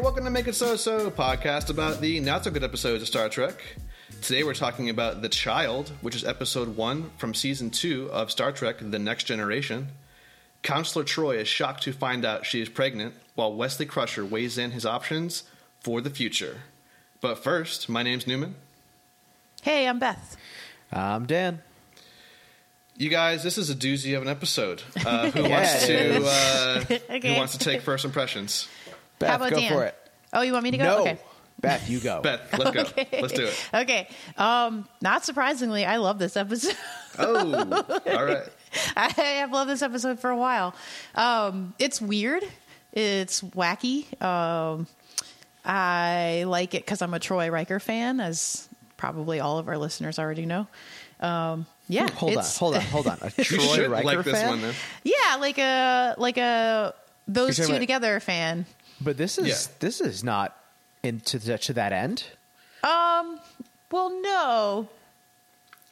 welcome to Make It So So podcast about the not so good episodes of Star Trek. Today we're talking about The Child, which is episode one from season two of Star Trek The Next Generation. Counselor Troy is shocked to find out she is pregnant, while Wesley Crusher weighs in his options for the future. But first, my name's Newman. Hey, I'm Beth. I'm Dan. You guys, this is a doozy of an episode. Uh, who Yeah, wants it to is. uh, Okay. who wants to take first impressions? Beth, How about go Dan? for it. Oh, you want me to go? No, Okay. Beth, you go. Beth, let's go. Let's do it. Okay. Um, not surprisingly, I love this episode. Oh, all right. I have loved this episode for a while. Um, it's weird. It's wacky. Um, I like it because I'm a Troy Riker fan, as probably all of our listeners already know. Um, yeah. Hold on, it's- hold on, hold on. A You Troy should Riker like this fan? one then. Yeah, like a like a those You're two talking about- together fan. But this is Yeah. this is not into the, to that end. Um. Well, no,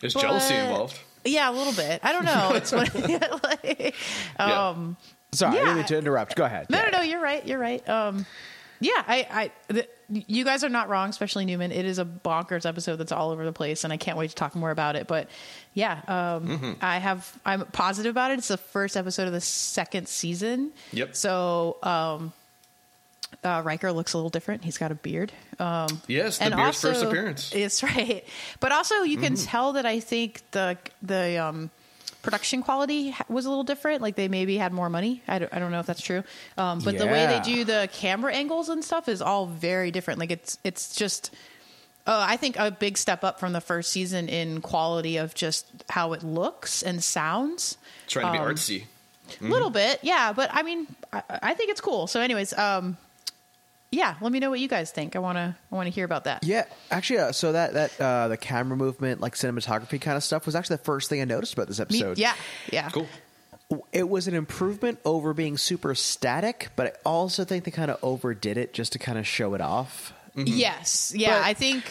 There's But- jealousy involved. Yeah, a little bit. I don't know. It's what, Yeah. um, Sorry, I Yeah. didn't mean to interrupt. Go ahead. no, Dan. no, no. You're right. You're right. Um, yeah, I, I, the, you guys are not wrong, especially Newman. It is a bonkers episode that's all over the place, and I can't wait to talk more about it. But yeah, um, Mm-hmm. I have, I'm positive about it. It's the first episode of the second season. Yep. So, um, uh, Riker looks a little different. He's got a beard. Um, Yes, the and beer's also, first appearance. Mm-hmm. It's right, but also you can tell that I think the the um, production quality ha- was a little different. Like they maybe had more money. I don't, I don't know if that's true, um, but the way they Yeah. do the camera angles and stuff is all very different. Like it's it's just. Uh, I think a big step up from the first season in quality of just how it looks and sounds. Trying to be um, artsy. A Mm-hmm. little bit, yeah. But I mean, I, I think it's cool. So, anyways, um, yeah. Let me know what you guys think. I wanna I wanna hear about that. Yeah, actually, uh, so that that uh, the camera movement, like cinematography kind of stuff, was actually the first thing I noticed about this Me- episode. yeah, yeah. Cool. it was an improvement over being super static, but I also think they kind of overdid it just to kind of show it off. Yes. Yeah. Mm-hmm. But- I think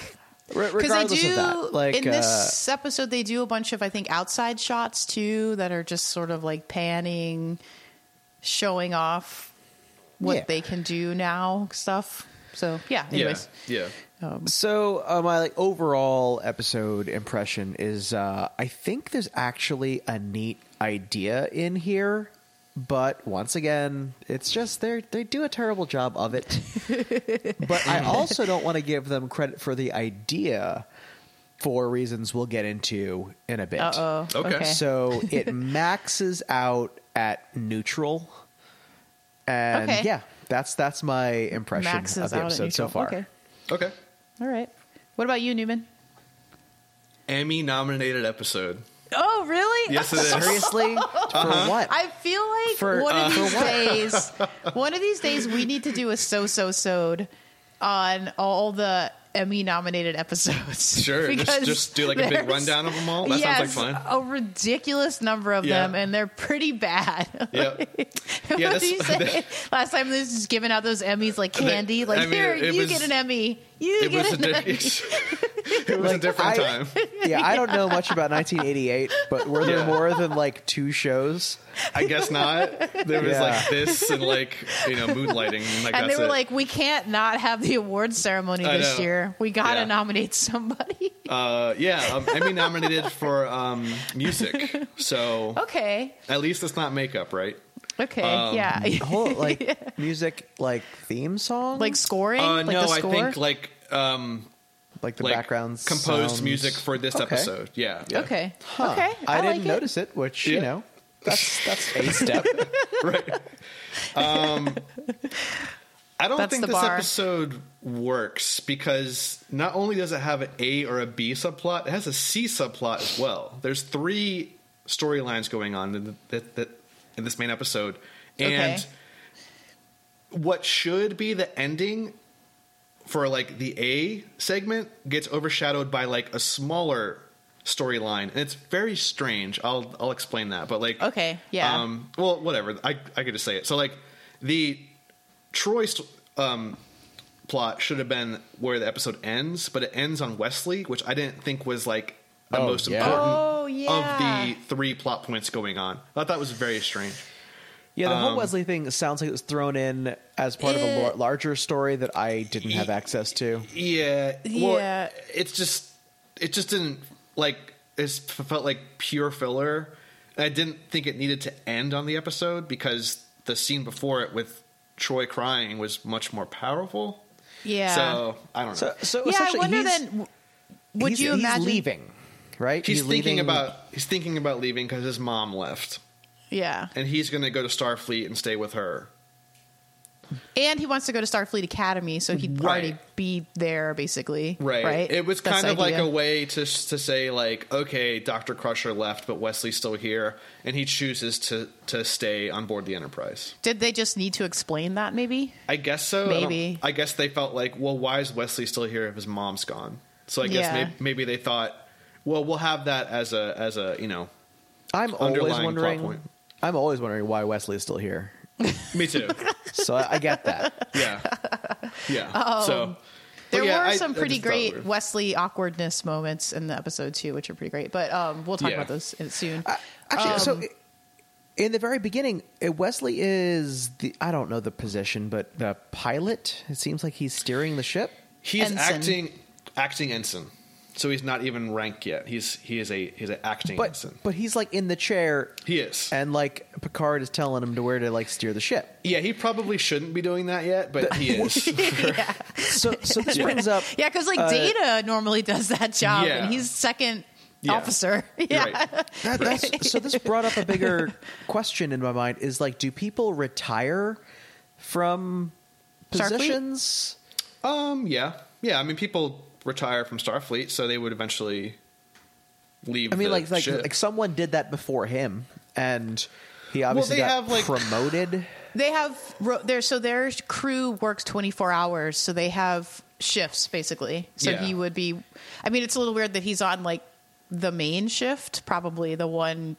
Re- because they regardless do of that, like uh, in this episode they do a bunch of I think outside shots too that are just sort of like panning, showing off what Yeah. they can do now stuff. So yeah. Anyways. Yeah. Yeah. uh, so uh, my like overall episode impression is uh, I think there's actually a neat idea in here, but once again, it's just they they do a terrible job of it. but I also don't want to give them credit for the idea for reasons we'll get into in a bit. Uh oh. Okay. Okay. So it maxes out at neutral. And Okay. yeah, that's that's my impression Max of is the out at episode so neutral. far. Okay. Okay. All right. What about you, Newman? Emmy nominated episode. Oh, really? Yes, it is. Seriously? Uh-huh. For what? I feel like For, one of uh, these for days, what? one of these days, we need to do a so so sod on all the Emmy nominated episodes. Sure, just- Because just do, like, a big there's- rundown of 'em all? That yes, sounds like fun. A ridiculous number of Yeah. them, and they're pretty bad. Yep. what Yeah, did that's- you say? Last time they was just giving out those Emmys like They- candy. I Like mean, here, it you was- get an Emmy. You It was, get a an di- Emmy. it was a Like, different I- time. yeah, I don't know much about 1988, but were there Yeah. more than like two shows? I guess not. There was Yeah. like this and like, you know, moonlighting. And, like, And they that's were it. like, "We can't not have the awards ceremony I this know. year. We gotta Yeah. nominate somebody." uh, yeah, um, Emmy nominated for um, music. So okay, at least it's not makeup, right? Okay. Um, yeah. Whole like music like theme song? like scoring. Uh, like no, the I score? think like um, like the like background composed sounds. music for this Okay. episode. Yeah. yeah. Okay. Huh. Okay. I, I, didn't like it. notice it, which Yeah. you know, that's that's a step. I don't That's think the this bar. episode works because not only does it have an A or a B subplot, it has a C subplot as well. There's three storylines going on in, the, that, that, in this main episode, and Okay. what should be the ending for like the A segment gets overshadowed by like a smaller storyline, and it's very strange. I'll I'll explain that, but like Okay, yeah. um, well, whatever. I I could just say it. So like the Troy st- um, plot should have been where the episode ends, but it ends on Wesley, which I didn't think was like the Oh, most yeah. important Oh, yeah. of the three plot points going on. I thought that was very strange. Yeah, the whole Um, Wesley thing sounds like it was thrown in as part of a Eh. lar- larger story that I didn't have Y- access to. Yeah. Well, Yeah. It's just it just didn't like it felt like pure filler. And I didn't think it needed to end on the episode because the scene before it with Troy crying was much more powerful. Yeah. So I don't know. So, so yeah, I essentially wonder he's- then. w- Would he's- you he's imagine? leaving? Right, he's, thinking leaving- about he's thinking about leaving because his mom left, Yeah, and he's going to go to Starfleet and stay with her. and he wants to go to Starfleet Academy, so he'd Right. already be there, basically. Right. Right. It was That's kind of the like idea. a way to to say like, okay, Doctor Crusher left, but Wesley's still here, and he chooses to to stay on board the Enterprise. Did they just need to explain that? Maybe. I guess so. I don't- Maybe. I, guess they felt like, well, why is Wesley still here if his mom's gone? So I guess Yeah. may- maybe they thought, well, we'll have that as a as a you know. I'm underlying always plot wondering. point. I'm always wondering why Wesley is still here. Me too. So I, I get that. yeah. Yeah. Um, so but There yeah, were I- some I pretty just thought it great weird. Wesley awkwardness moments in the episode too, which are pretty great. But um, we'll talk Yeah. about those in- soon. Uh, Actually, Um, so in the very beginning, uh, Wesley is the I don't know the position, but the pilot. It seems like he's steering the ship. He's Ensign. acting acting ensign. So he's not even ranked yet. He's he is a he's an acting But ensign. but he's like in the chair, He is. and like Picard is telling him to where to like steer the ship. yeah, he probably shouldn't be doing that yet, but he is. yeah, So so this brings up yeah, because like uh, Data normally does that job, Yeah. and he's second Yeah. officer. You're Yeah, right. That, that's, so this brought up a bigger question in my mind: is like, do people retire from Starfleet? positions? Um, yeah, yeah. I mean, people retire from Starfleet, so they would eventually leave. I mean, the like like ship. like someone did that before him, and he obviously they got have, like- promoted. they have ro- their so their crew works 24 hours so they have shifts basically so Yeah. he would be i mean it's a little weird that he's on like the main shift probably the one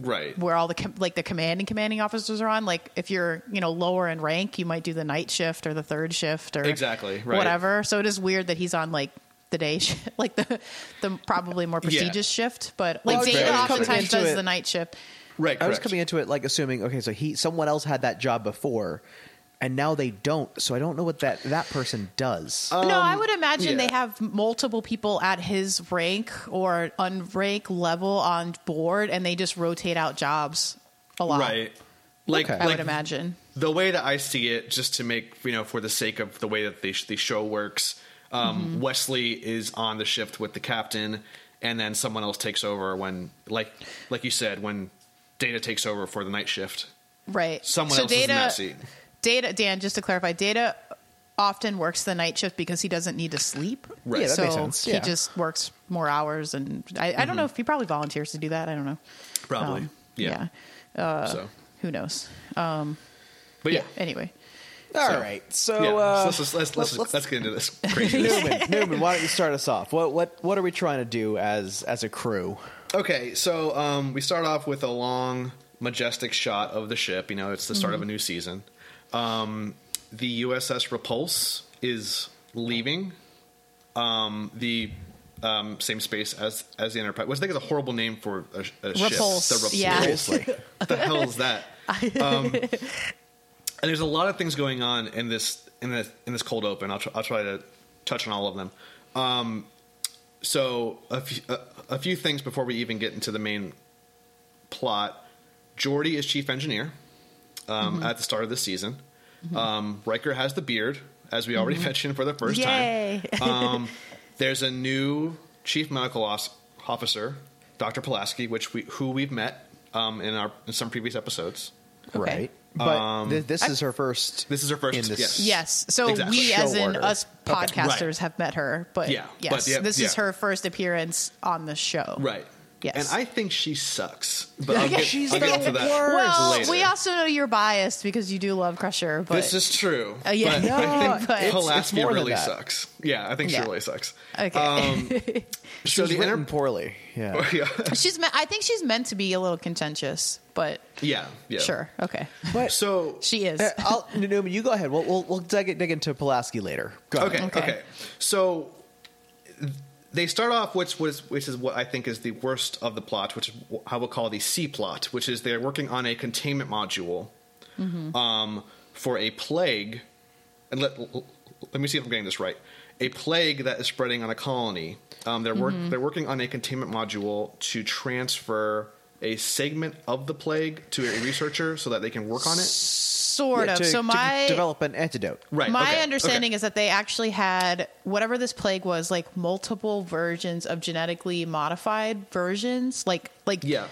right. where all the com- like the command and commanding officers are on like if you're you know lower in rank you might do the night shift or the third shift or Exactly, right. whatever so it is weird that he's on like the day shift like the the probably more prestigious shift but like Well, I data was coming oftentimes into does it- the night shift Right. I was correct. coming into it like assuming, okay, so he someone else had that job before, and now they don't. So I don't know what that that person does. Uh, no, I Um, would imagine yeah. they have multiple people at his rank or unrank level on board, and they just rotate out jobs a lot. Right. Like, Okay. I like would imagine. the way that I see it, just to make you know, for the sake of the way that the, the show works, um, Wesley is on the shift with the captain, and then someone else takes over when, like, like you said, when Data takes over for the night shift. Right. Someone so else data, is in that seat. Data Dan, just to clarify, data often works the night shift because he doesn't need to sleep. Right. Yeah, that so makes sense. he Yeah. just works more hours, and I, I don't know if he probably volunteers to do that. I don't know. Probably. Um, yeah. so, Who knows? but yeah. Anyway. All right, so- so, yeah. uh, let's, let's, let's, let's, let's get into this crazy. Newman, Newman, why don't you start us off? What what what are we trying to do as as a crew? Okay, so um, we start off with a long, majestic shot of the ship. You know, it's the start of a new season. Um, the USS Repulse is leaving um, the um, same space as as the Enterprise. Which I think is a horrible name for a, a ship. Repulse, The Repulse. yeah. Seriously. What the hell is that? Um, and there's a lot of things going on in this in this in this cold open. I'll, tr- I'll try to touch on all of them. Um, so a few, a, a few things before we even get into the main plot. Jordy is chief engineer um, Mm-hmm. at the start of this season. Um, Riker has the beard, as we Mm-hmm. already mentioned for the first Yay. time. Um, there's a new chief medical os- officer, Dr. Pulaski, which we who we've met um, in our in some previous episodes. Right. But thi- this is her first. Um, This is her first- In this yes. Yes. So Exactly. we, Show as in order. us Okay. podcasters, Right. have met her, but Yeah, yes, but, yeah, this is yeah. her first appearance on the show. Right. Yes. And I think she sucks. But I'll get, She's I'll get the to that. worst. Well, later. we also know you're biased because you do love Crusher, but This is true. Uh, but yeah. I No, think but- It's- it's Pulaski more than really that. sucks. Yeah, I think Yeah. she really sucks. Um, okay. She So was the written inter- poorly. Yeah. yeah, she's. Me- I think she's meant to be a little contentious, but yeah, yeah. sure, okay, But So she is. Uh, I'll, Newman, you go ahead. We'll we'll, we'll dig, dig into Pulaski later. Go okay, ahead. okay, Okay. So th- they start off which was which is what I think is the worst of the plot, which is wh- I will call the C plot, which is they're working on a containment module Mm-hmm. um, for a plague. And let let me see if I'm getting this right. A plague that is spreading on a colony. Um, they're work Mm-hmm. they're working on a containment module to transfer a segment of the plague to a researcher so that they can work on it. Sort Yeah, of. to- so to my develop an antidote. Right. My okay, okay. understanding is that they actually had whatever this plague was, like multiple versions of genetically modified versions, like like yeah.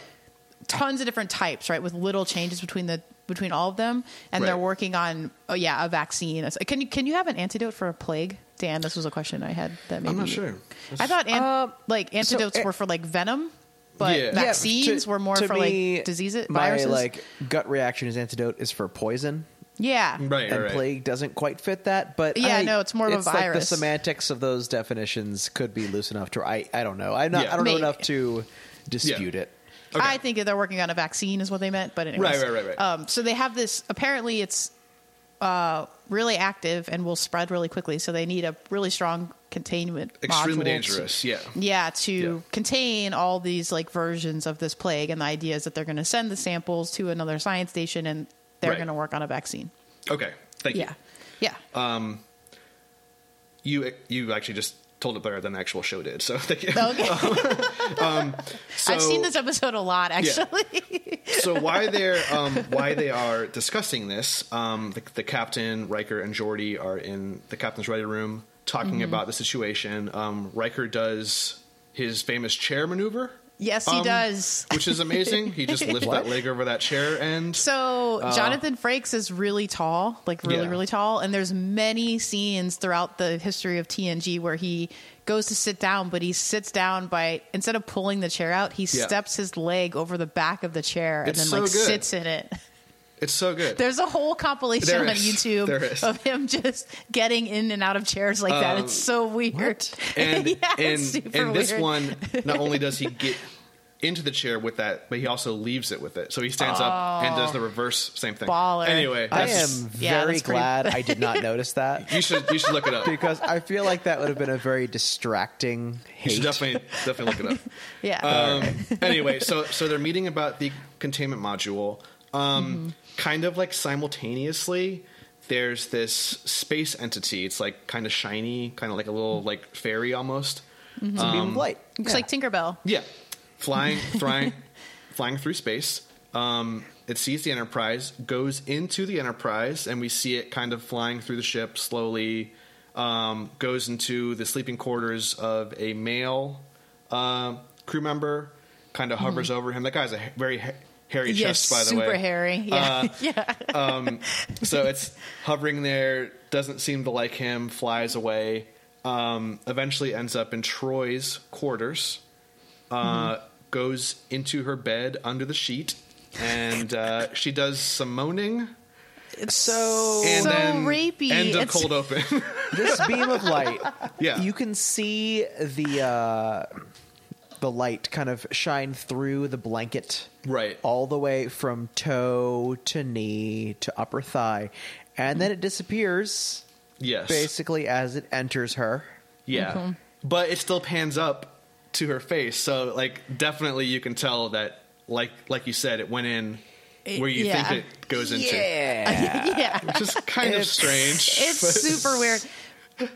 tons of different types, right, with little changes between the between all of them, and they're Right. working on oh yeah a vaccine. It's- Can you can you have an antidote for a plague? Dan, this was a question I had that maybe I'm not you- sure. I thought an- Uh, like antidotes eh- were for like venom, but Yeah. Yeah, to- vaccines to- were more to for me, like diseases, My viruses. like gut reaction is antidote is for poison, yeah, Right. and right. plague doesn't quite fit that. But Yeah, I- no, it's more of a Like the virus. semantics of those definitions could be loose enough to. I I don't know. I'm not. Yeah. I don't Maybe. know enough to dispute Yeah. it. Okay. I think they're working on a vaccine is what they meant, but Right, anyways. right, right, right. Um, so they have this. Apparently, it's uh, really active and will spread really quickly. So they need a really strong containment. module Extremely to- dangerous. Yeah. yeah, to Yeah. contain all these like versions of this plague, and the idea is that they're going to send the samples to another science station, and they're Right. going to work on a vaccine. Okay. Thank you. Yeah, yeah. Uh, You you actually just told it better than the actual show did. So thank you. Um, okay, So- I've seen this episode a lot actually. so why they're um, why they are discussing this? Um, the, the captain Riker and Geordi are in the captain's ready room talking Mm-hmm. about the situation. Um, Riker does his famous chair maneuver. Yes, he um, does. which is amazing. He just lifts that What? leg over that chair and So Jonathan Frakes is really tall, like really, uh, Yeah. really tall. And there's many scenes throughout the history of TNG where he goes to sit down, but he sits down by instead of pulling the chair out, he Yeah. steps his leg over the back of the chair and It's then so like good. sits in it. it's so good. There's a whole compilation There on is. There is. Um, YouTube of him just getting in and out of chairs like that. It's so weird. and yeah, and, it's super and this weird. one not only does he get into the chair with that but he also leaves it with it so he stands up and does the reverse same thing Oh. Baller. anyway I that's- am yeah, very that's pretty- glad I did not notice that you should you should look it up you because I feel like that would have been a very distracting hate. should definitely definitely look it up yeah. um, anyway, so so they're meeting about the containment module. Mm-hmm. Um, Kind of like simultaneously, there's this space entity. It's like kind of shiny, kind of like a little like fairy almost. It's a um, beam of light. Looks Yeah. like Tinkerbell. Yeah, flying, flying, flying through space. Um, it sees the Enterprise, goes into the Enterprise, and we see it kind of flying through the ship slowly. Um, goes into the sleeping quarters of a male uh, crew member, kind of hovers over him. That guy's a ha- very ha- hairy chest, by the super way. Uh, hairy. Yeah, yeah. So it's hovering there, doesn't seem to like him, flies away. Um, eventually ends up in Troy's quarters, uh, Mm-hmm. goes into her bed under the sheet, and uh, she does some moaning. so. And Oh. So then rapey. End of It's- cold open. this beam of light Yeah. you can see the uh the light kind of shine through the blanket Right. all the way from toe to knee to upper thigh and then it disappears yes. basically as it enters her Yeah. But it still pans up to her face, so like definitely you can tell that like like you said, it went in It- where you yeah. think it goes into. yeah. Which is kind of It's- strange. It's super weird.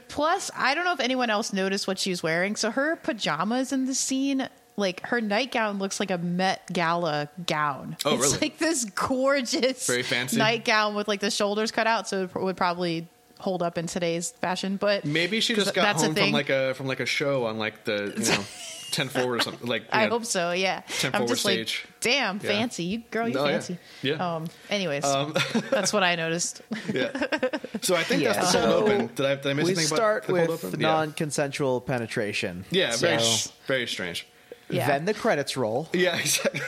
Plus, I don't know if anyone else noticed what she was wearing. So her pajamas in the scene, like her nightgown looks like a Met Gala gown. Oh, it's really? like this gorgeous Very fancy. nightgown with like the shoulders cut out, so it would probably hold up in today's fashion. But Maybe she 'cause just got that's a home from thing. like a from like a show on like the you know ten four or something. Like you I know, hope so, yeah. Temp I'm forward just stage. like, damn, Yeah. fancy. You girl, you No, yeah. fancy. Yeah. Um anyways. that's what I noticed. Yeah. So I think Yeah. that's the cold So open. Did I, did I miss we anything start about the cold with open? non-consensual penetration yeah. Yeah. Very So, very strange. Yeah. then the credits roll Yeah. Exactly.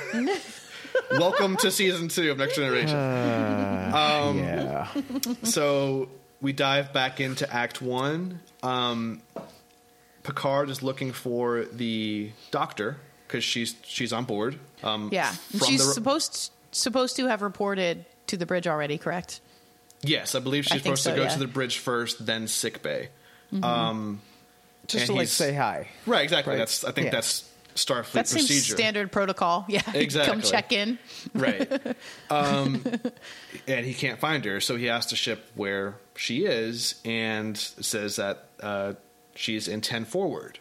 Welcome to season two of Next Generation. Um, yeah so we dive back into Act One. Um, Picard is looking for the Doctor because she's she's on board. Um, Yeah, And from she's the- supposed supposed to have reported to the bridge already, correct? Yes, I believe she's I think supposed so, to go yeah. to the bridge first, then sick bay. just And to like he's- say hi Right, exactly. Right. That's I think Yeah. that's Starfleet That seems procedure. standard protocol. Yeah. Exactly. Come check in. right. Um, and he can't find her, so he asks the ship where she is, and says that uh, she's in Ten Forward.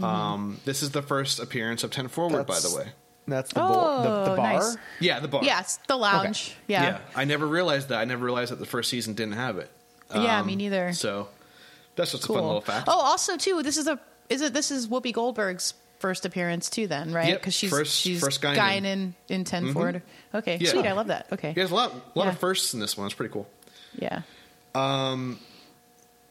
Um, this is the first appearance of Ten Forward, by Mm-hmm. That's- the way. That's the, bo- the, the Oh, bar. nice. Yeah, the bar. Yes, the lounge. Yeah. yeah. I never realized that. I never realized that the first season didn't have it. Um, Yeah, me neither. So that's just Cool. a fun little fact. Oh, also too, this is a is it this is Whoopi Goldberg's first appearance too then, right? Yep, Because she's first- she's first Guinan. Guinan in, in Ten Ford. Okay. Yeah. Sweet, I love that. Okay. He has a lot, a lot Yeah. of firsts in this one. It's pretty cool. Yeah.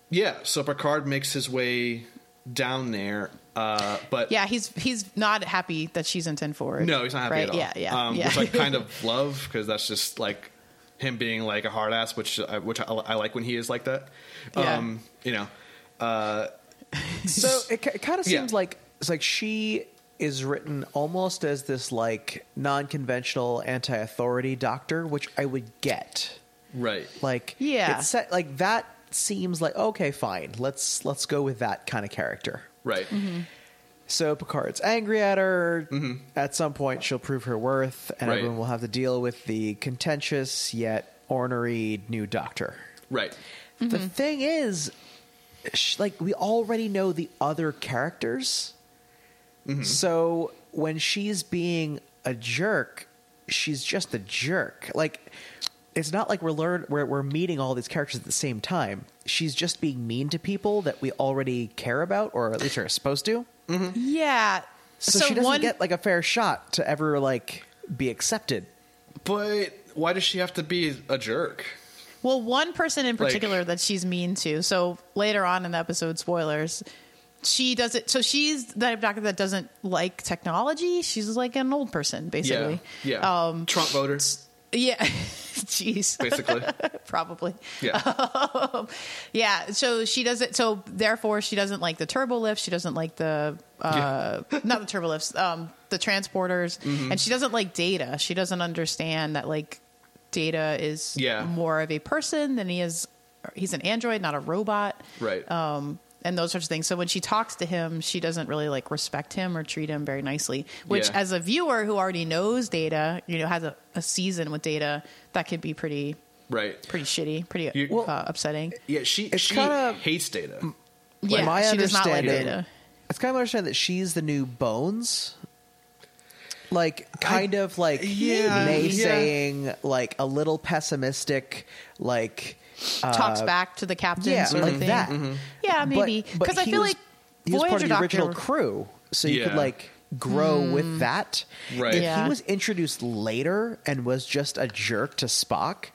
Yeah, so Picard makes his way down there, uh, but Yeah, he's he's not happy that she's in ten forward. no, he's not happy right? at all. Yeah, yeah, um, yeah. which I kind of love because that's just like him being like a hard ass, which I, which I, I like when he is like that. Yeah. Um, you know, So it, ki- it kind of Yeah. seems like it's like she is written almost as this like non-conventional anti-authority doctor, which I would get. right? Like Yeah. it's set, like that seems like okay, fine. Let's let's go with that kind of character. Right. Mm-hmm. So Picard's angry at her. At some point, she'll prove her worth, and Mm-hmm. Right. everyone will have to deal with the contentious yet ornery new doctor. Right. The thing is, sh- like, we already know the other characters. So when she's being a jerk, she's just a jerk. Like, it's not like we're learn we're, we're meeting all these characters at the same time. She's just being mean to people that we already care about, or at least are supposed to. yeah. So, she doesn't one, get like a fair shot to ever like be accepted. But why does she have to be a jerk? well, one person in particular that she's mean to. So later on in the episode, spoilers, she does it. So she's the doctor that doesn't like technology. She's like an old person, Yeah. basically. Yeah. Um, Trump voter, yeah. Jeez. basically. Probably. Yeah. Yeah, so she doesn't. So therefore, she doesn't like the turbo lifts. She doesn't like the uh, not the turbo lifts, um, the transporters, Mm-hmm. and she doesn't like data. She doesn't understand that like data is Yeah. more of a person than he is. He's an android, not a robot, Right. Um, and those sorts of things. So when she talks to him, she doesn't really like respect him or treat him very nicely. Which, Yeah. as a viewer who already knows data, you know, has a, a season with data, that could be pretty right. pretty shitty, pretty You- Well- uh, upsetting. Yeah. She It's she kinda- hates data. Yeah, my she does not like understanding- data. It's kind of understand that she's the new Bones. Like kind of like yeah, naysaying, like a little pessimistic, like uh, Talks back to the captain, uh, yeah, sort like of thing. that. Mm-hmm. Yeah, But- maybe but because I he feel was- like he was Voyager part of the Doctor. Hmm. original crew, so you Yeah. could like grow with that. Right. If Yeah. he was introduced later and was just a jerk to Spock,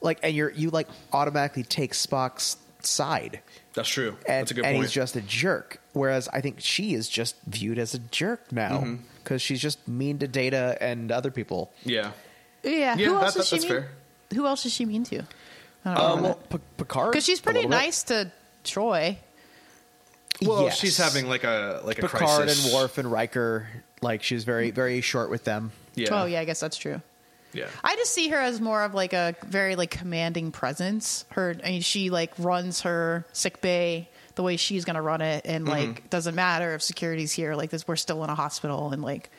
like, and you're you like automatically take Spock's side. That's true. and, That's a good and point. he's just a jerk. Whereas I think she is just viewed as a jerk now Mm-hmm. because she's just mean to Data and other people. yeah. Yeah, yeah, who that- else that- is she that's mean? fair. Who else is she mean to? I don't Um, know. well, P- Picard, Because she's a pretty little bit. nice to Troy. Well, Yes. she's having like a like a Picard crisis. and Worf and Riker. Like she's very very short with them. Yeah. Oh yeah, I guess that's true. Yeah. I just see her as more of like a very like commanding presence. Her, I mean, she like runs her sick bay the way she's gonna run it, and Mm-hmm. like doesn't matter if security's here. Like this, we're still in a hospital, and like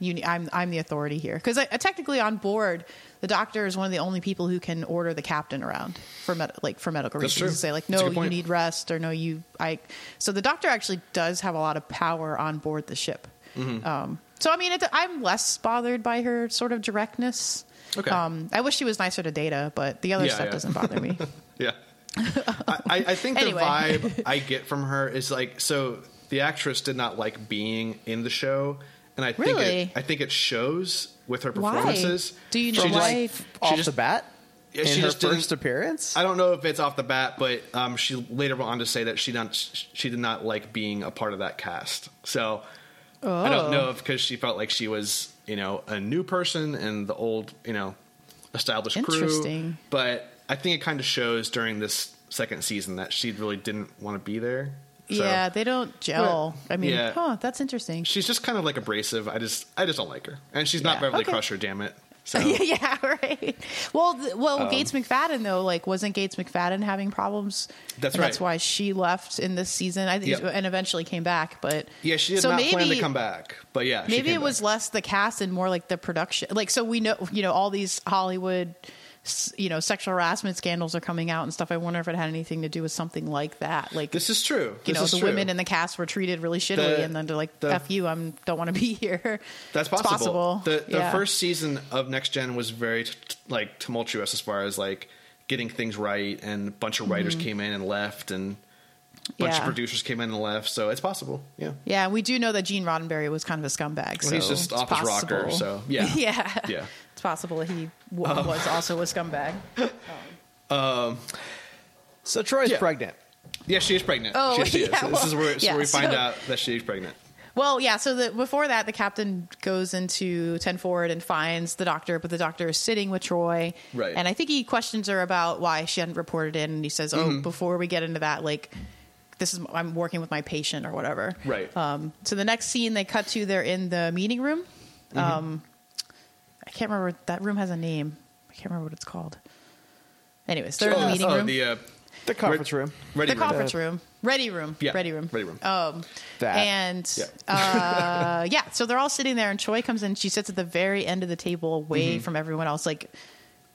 you, ne- I'm I'm the authority here because I, I technically on board. The doctor is one of the only people who can order the captain around for med- like for medical That's reasons. true. and Say like, That's a no, good you point. need rest, or no, you I. So the doctor actually does have a lot of power on board the ship. Um, so I mean, it, I'm less bothered by her sort of directness. Okay. Um, I wish she was nicer to Data, but the other Yeah, stuff yeah. doesn't bother me. Yeah. I, I I think Anyway. the vibe I get from her is like so the actress did not like being in the show and I think it, Really? I think it shows with her Why? performances. Do you She know just- why? Off just- the bat, Yeah, in she her just didn't- first appearance. I don't know if it's off the bat, but um, she later went on to say that she not she did not like being a part of that cast. So I Oh. don't know if because she felt like she was you know a new person and the old you know established crew. Interesting. But I think it kind of shows during this second season that she really didn't want to be there. So Yeah, they don't gel. I mean, Yeah. huh? That's interesting. she's just kind of like abrasive. I just I just don't like her, and she's not Yeah, Beverly okay. Crusher. Damn it. So Um, yeah, right. Well, th- well, Gates McFadden though, like, wasn't Gates McFadden having problems? That's And right. That's why she left in this season, I think, Yep. and eventually came back. But yeah, she did so not maybe, plan to come back, but yeah, she Maybe came it was back. less the cast and more like the production. Like, so we know, you know, all these Hollywood, s- you know, sexual harassment scandals are coming out and stuff. I wonder if it had anything to do with something like that. Like, This is true. This you know, is the true. women in the cast were treated really shittily, The- and then they're like, the- "F you, I'm don't want to be here." That's It's possible. The, the Yeah. first season of Next Gen was very t- t- like tumultuous as far as like getting things right, and a bunch of writers came in and left, and a bunch of Mm-hmm. Yeah. producers came in and left. So it's possible. Yeah. Yeah, we do know that Gene Roddenberry was kind of a scumbag. Well, so he's just it's off his rocker, possible. so, yeah. yeah, Yeah. Um, It's possible that he w- was also a scumbag. So Troy's Yeah. pregnant. Yeah, she is pregnant. Oh, she, she is. yeah, this well, is where, so yeah, we find so- out that she is pregnant. Well, yeah. So the, before that, the captain goes into ten forward and finds the doctor, but the doctor is sitting with Troy, Right. And I think he questions her about why she hadn't reported in, and he says, "Oh, Mm-hmm. before we get into that, like." This is I'm working with my patient or whatever. Right. Um, so the next scene they cut to, they're in the meeting room. Mm-hmm. Um, I can't remember that room has a name. I can't remember what it's called. Anyways, they're in the Oh, meeting oh, room. the uh, The conference room. ready the room. conference room. Ready room. Yeah, Ready room. ready room. Um, That. And Yeah. uh, yeah, so they're all sitting there, and Choi comes in. She sits at the very end of the table, away Mm-hmm. from everyone else, like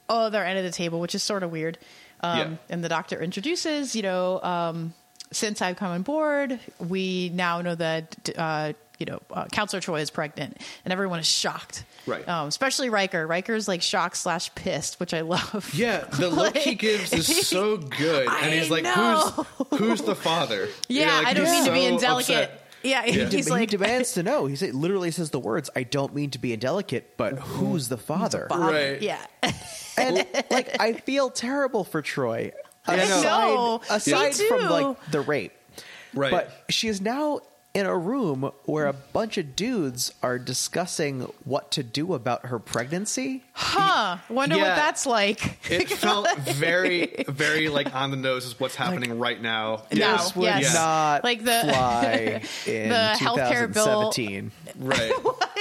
other end of the table, which is sort of weird. Um, Yeah. And the doctor introduces, you know, um, since I've come on board, we now know that, uh, you know, uh, Counselor Choi is pregnant, and everyone is shocked. Right. Um, especially Riker. Riker's like shocked slash pissed, which I love. Yeah, the look he gives is so good, and he's I like, know. "Who's who's the father?" You Yeah, know, like, I don't he's mean to be so indelicate. upset. Yeah, Yeah. he's But like, he demands to know. He say, literally says the words, "I don't mean to be indelicate, but who's the father?" "Bob." Right. Yeah, And like, I feel terrible for Troy. I Aside, know. Me aside from too. like the rape, Right. But she is now in a room where a bunch of dudes are discussing what to do about her pregnancy. huh? Wonder Yeah. what that's like. It felt very, very like on the nose is what's happening right now. Yeah, This would yes. Yeah. not Like the- fly in the healthcare bill- 2017. right.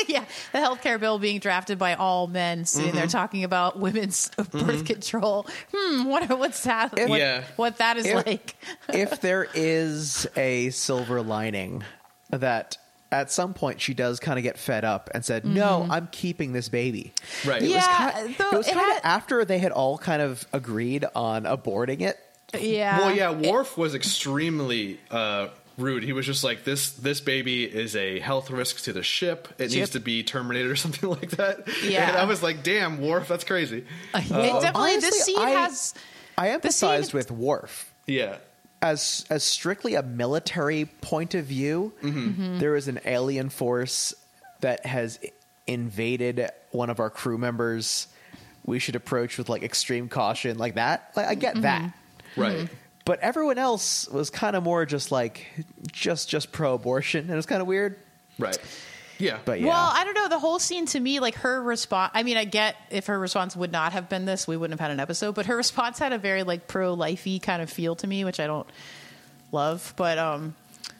yeah, the healthcare bill being drafted by all men sitting Mm-hmm. there talking about women's birth control. Hmm, what what's that? If- what, Yeah. what that is if- like? if there is a silver lining that at some point she does kind of get fed up and said, Mm-hmm. "No, I'm keeping this baby." Right. It Yeah, was kind though it was it kind had- of after they had all kind of agreed on aborting it. Yeah. Well, yeah, Worf was extremely uh, rude. He was just like, "This this baby is a health risk to the ship. It Ship. needs to be terminated or something like that." Yeah. and I was like, "Damn, Worf, that's crazy." Uh, It Uh, definitely this Honestly, scene I- has I scene- empathized with Worf Yeah, as as strictly a military point of view, Mm-hmm. there is an alien force that has invaded one of our crew members. We should approach with like extreme caution, like that. Like I get Mm-hmm. that, right. but everyone else was kind of more just like just just pro abortion, and it was kind of weird. Right. Yeah. But yeah, Well, I don't know. The whole scene to me, like her response. I mean, I get if her response would not have been this, we wouldn't have had an episode. But her response had a very like pro lifey kind of feel to me, which I don't love. But um,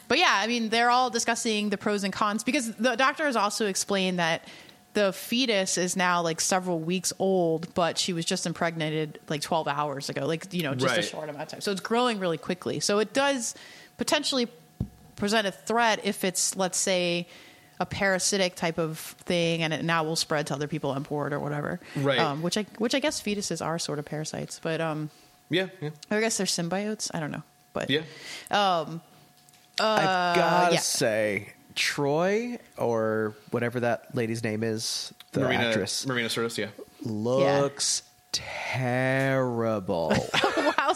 but yeah, I mean, they're all discussing the pros and cons because the doctor has also explained that the fetus is now like several weeks old, but she was just impregnated like 12 hours ago, like you know, just a Right. short amount of time. So it's growing really quickly. So it does potentially present a threat if it's let's say a parasitic type of thing and it now will spread to other people on board or whatever Right. um, which i which i guess fetuses are sort of parasites but um yeah. Yeah. i guess they're symbiotes i don't know but Yeah. I gotta Uh, yeah. say, Troy or whatever that lady's name is, the Marina actress Marina Sirtis. Yeah. looks terrible. how, how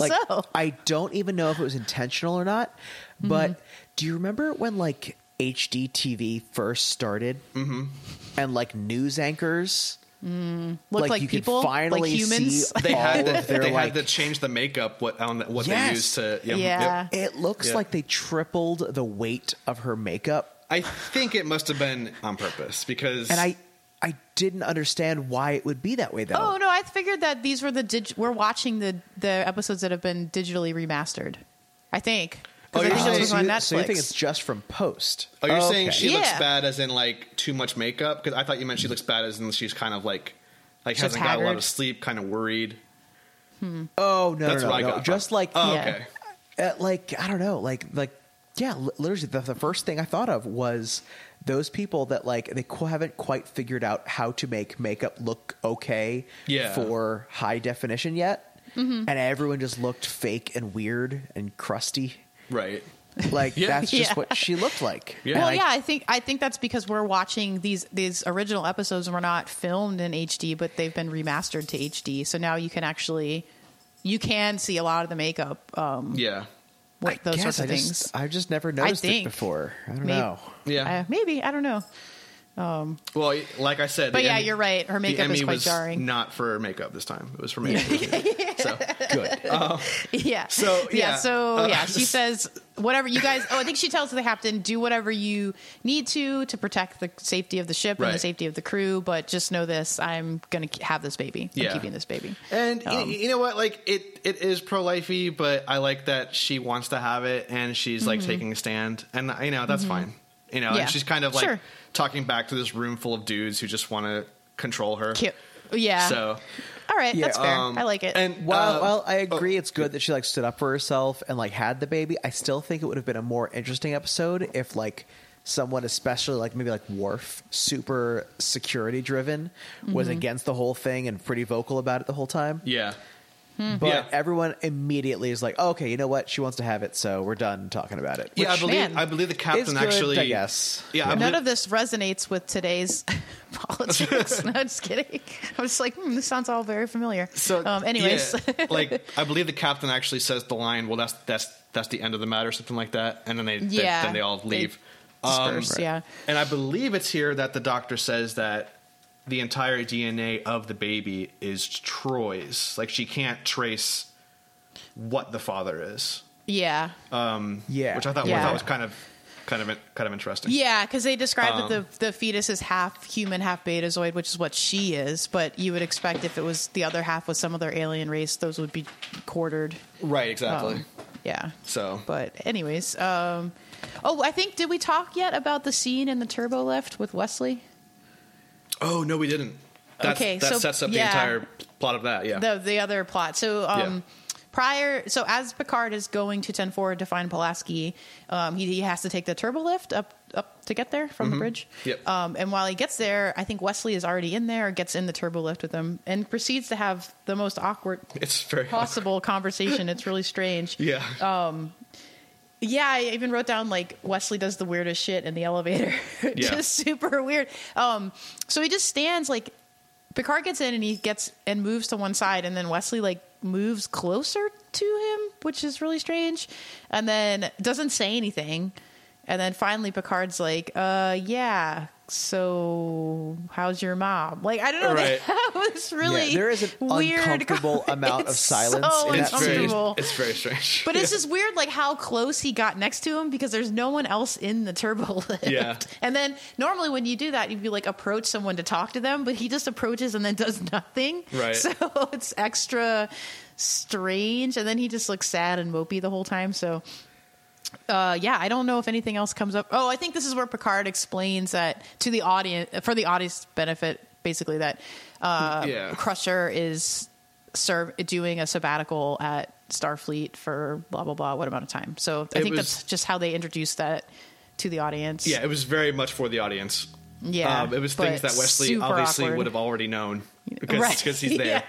Like so Mm-hmm. I don't even know if it was intentional or not. But do you remember when like HD TV first started, mm-hmm. and like news anchors, look like, you people could finally like humans see They all had to, of their they had like. to change the makeup what on the, what Yes. they used to. Yeah. Yeah. Yep. it looks Yeah. like they tripled the weight of her makeup, I think it must have been on purpose because and I I didn't understand why it would be that way though. oh no i figured that these were the dig- we're watching the the episodes that have been digitally remastered i think because Oh, I you're think saying- this was on Netflix. so you think it's just from post? Oh, you're saying Okay. she looks Yeah. bad as in like too much makeup? Because I thought you meant she looks bad as in she's kind of like like She's hasn't got a lot haggard. of sleep, kind of worried. Oh no, That's no, no, what I no. got. Just like Oh, Yeah. okay. uh, like I don't know, like like yeah, li- literally the, the first thing I thought of was those people that like they qu- haven't quite figured out how to make makeup look okay Yeah. for high definition yet, Mm-hmm. and everyone just looked fake and weird and crusty. Right. Like Yeah. that's just Yeah. what she looked like. Yeah. And Well, I- yeah, I think I think that's because we're watching these these original episodes were not filmed in HD, but they've been remastered to HD. So now you can actually you can see a lot of the makeup, um, Yeah. with those guess sorts of I things. Just, I've just never noticed it think. before. I don't Maybe. know. Yeah. Uh, maybe I don't know, well, like I said, but the yeah, Emmy- you're right. Her the makeup Emmy is quite was jarring. Not for makeup this time. It was for makeup. So good. yeah. So, yeah. So Uh, yeah, she says whatever you guys. Oh, I think she tells the captain do whatever you need to to protect the safety of the ship and the Right. safety of the crew. But just know this: I'm gonna k- have this baby. I'm Yeah. Eh. keeping this baby. And y Um, you know what? Like it, it is pro lifey, but I like that she wants to have it, and she's like taking a stand, and uh, you know that's fine. You know, Mm-hmm. Yeah. and she's kind of like Sure. talking back to this room full of dudes who just want to control her. Cute. Yeah. So All right, Yeah, that's fair. um, I like it. And While, uh, while I agree it's good that she like stood up for herself and like had the baby, I still think it would have been a more interesting episode if like someone, especially like maybe like Worf, super security driven, was against the whole thing and pretty vocal about it the whole time. yeah, But Yeah. everyone immediately is like, okay, you know what? She wants to have it, so we're done talking about it. yeah, I Which, believe man, I believe the captain good, actually. I guess. Yeah, I None believe, of this resonates with today's politics. no, I'm just kidding. I was like, hmm, this sounds all very familiar. So, um, anyways, yeah, like I believe the captain actually says the line, "Well, that's that's that's the end of the matter," or something like that, and then they, they- Yeah, then they all they leave. Um, disperse, yeah. and I believe it's here that the doctor says that the entire DNA of the baby is Troy's. Like she can't trace what the father is, yeah, Um, yeah. which I thought, I Yeah. thought was kind of kind of kind of interesting. yeah, because they describe um, that the the fetus is half human, half betazoid, which is what she is. But you would expect if it was the other half was some other alien race, those would be quartered. Right, exactly. Um, yeah. so, But anyways, um, oh, I think did we talk yet about the scene in the turbo lift with Wesley? oh no, we didn't. That's, Okay, that so, sets up the yeah. entire plot of that. Yeah, the the other plot. So um prior so as Picard is going to 10 forward to find Pulaski, um he, he has to take the turbo lift up up to get there from the bridge. Yep. Um and while he gets there, I think Wesley is already in there, gets in the turbo lift with him and proceeds to have the most awkward it's very possible Oh, conversation. It's really strange. Yeah. Yeah, I even wrote down like Wesley does the weirdest shit in the elevator. Yeah. just super weird. Um so he just stands like Picard gets in and he gets and moves to one side and then Wesley like moves closer to him, which is really strange. And then doesn't say anything. And then finally Picard's like, "Uh yeah, so how's your mom?" Like I don't know. Right. That was really there is an weird uncomfortable amount of It's silence So in it's that scene. very, uncomfortable. it's very strange. But it's just weird, like how close he got next to him because there's no one else in the turbo lift. Yeah. And then normally when you do that, you'd be like approach someone to talk to them, but he just approaches and then does nothing. Right. So it's extra strange. And then he just looks sad and mopey the whole time. So. Uh, yeah, I don't know if anything else comes up. Oh, I think this is where Picard explains that to the audience for the audience benefit, basically that uh, Yeah. Crusher is serve doing a sabbatical at Starfleet for blah blah blah what amount of time. So I It was- think that's just how they introduced that to the audience. Yeah, it was very much for the audience. yeah. um, it was but things that Wesley super obviously awkward. would have already known because Right. because he's there.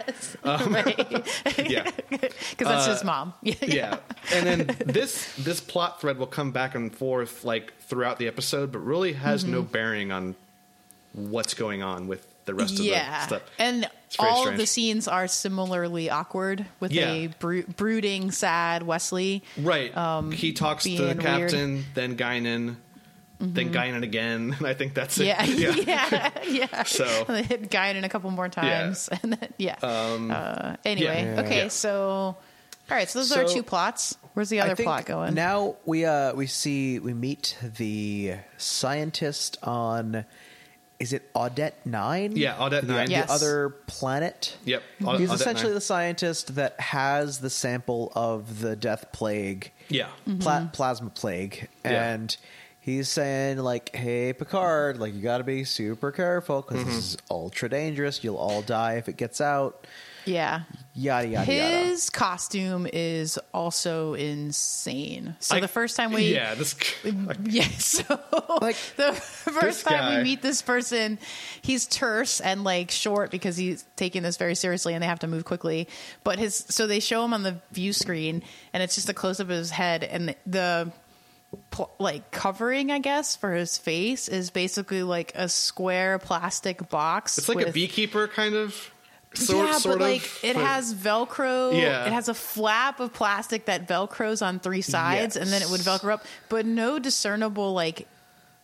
Uh, Yes. Right. Yeah, because that's his mom. Yeah, Uh, yeah. And then this this plot thread will come back and forth like throughout the episode, but really has no Mm-hmm. bearing on what's going on with the rest yeah. of the stuff. and It's very all of strange. the scenes are similarly awkward with Yeah. a bru- brooding, sad Wesley. right, um, he talks to the being weird. Mm-hmm. captain, then Guinan, then Guinan again, and I think that's it. Yeah, yeah, yeah. So- they hit Guyan in a couple more times, and then yeah. Um, uh, anyway, yeah. okay, Yeah. so all right, so those are our So- two plots. Where's the other I think plot going? Now we uh we see we meet the scientist on is it Audette Nine? Yeah, Audette The- Nine. The Yes. Mm-hmm. other planet. Yep, Aud- He's Audette essentially Nine. the scientist that has the sample of the death plague, yeah. Mm-hmm. pla- plasma plague, Yeah. and he's saying like, "Hey, Picard, like you got to be super careful because Mm-hmm. this is ultra dangerous. You'll all die if it gets out." Yeah. Yada yada yada. His costume is also insane. So I- the first time we yeah this Yes. So Like, the first this time guy- we meet this person, he's terse and like short because he's taking this very seriously and they have to move quickly. But his so they show him on the view screen and it's just a close up of his head and the pl- like covering I guess for his face is basically like a square plastic box. it's like a with- beekeeper kind of sort, yeah, sort but of like it but- has Velcro. Yeah. It has a flap of plastic that Velcros on three sides, and then it would Velcro up, but no discernible like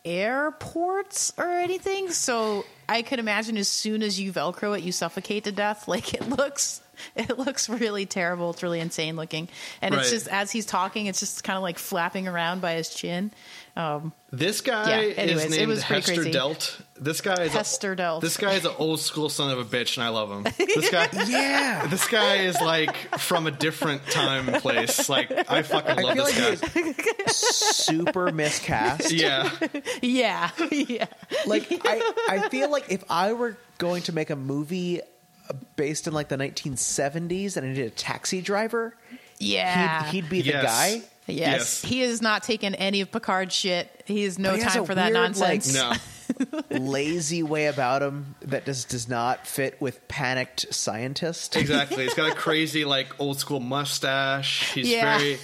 air ports or anything. So I could imagine as soon as you Velcro it, you suffocate to death. Like it looks. It looks really terrible. It's really insane looking, and Right. it's just as he's talking, it's just kind of like flapping around by his chin. Um, This guy Yeah, anyways, it is named was pretty Hester crazy. Delt. This guy is Hester a, Delt. This guy is an old school son of a bitch, and I love him. This guy, Yeah. this guy is like from a different time and place. Like I fucking I love feel this guy. like he was super miscast. yeah, yeah, yeah. like I, I feel like if I were going to make a movie uh, based in like the 1970s and I did a taxi driver, Yeah. he'd, he'd be the Yes. guy. Yes. Yes. He has not taken any of Picard's shit. He has no But he has time a for that weird, nonsense. no, Lazy way about him that just does not fit with panicked scientist. exactly. He's got a crazy like old school mustache. He's Yeah. very,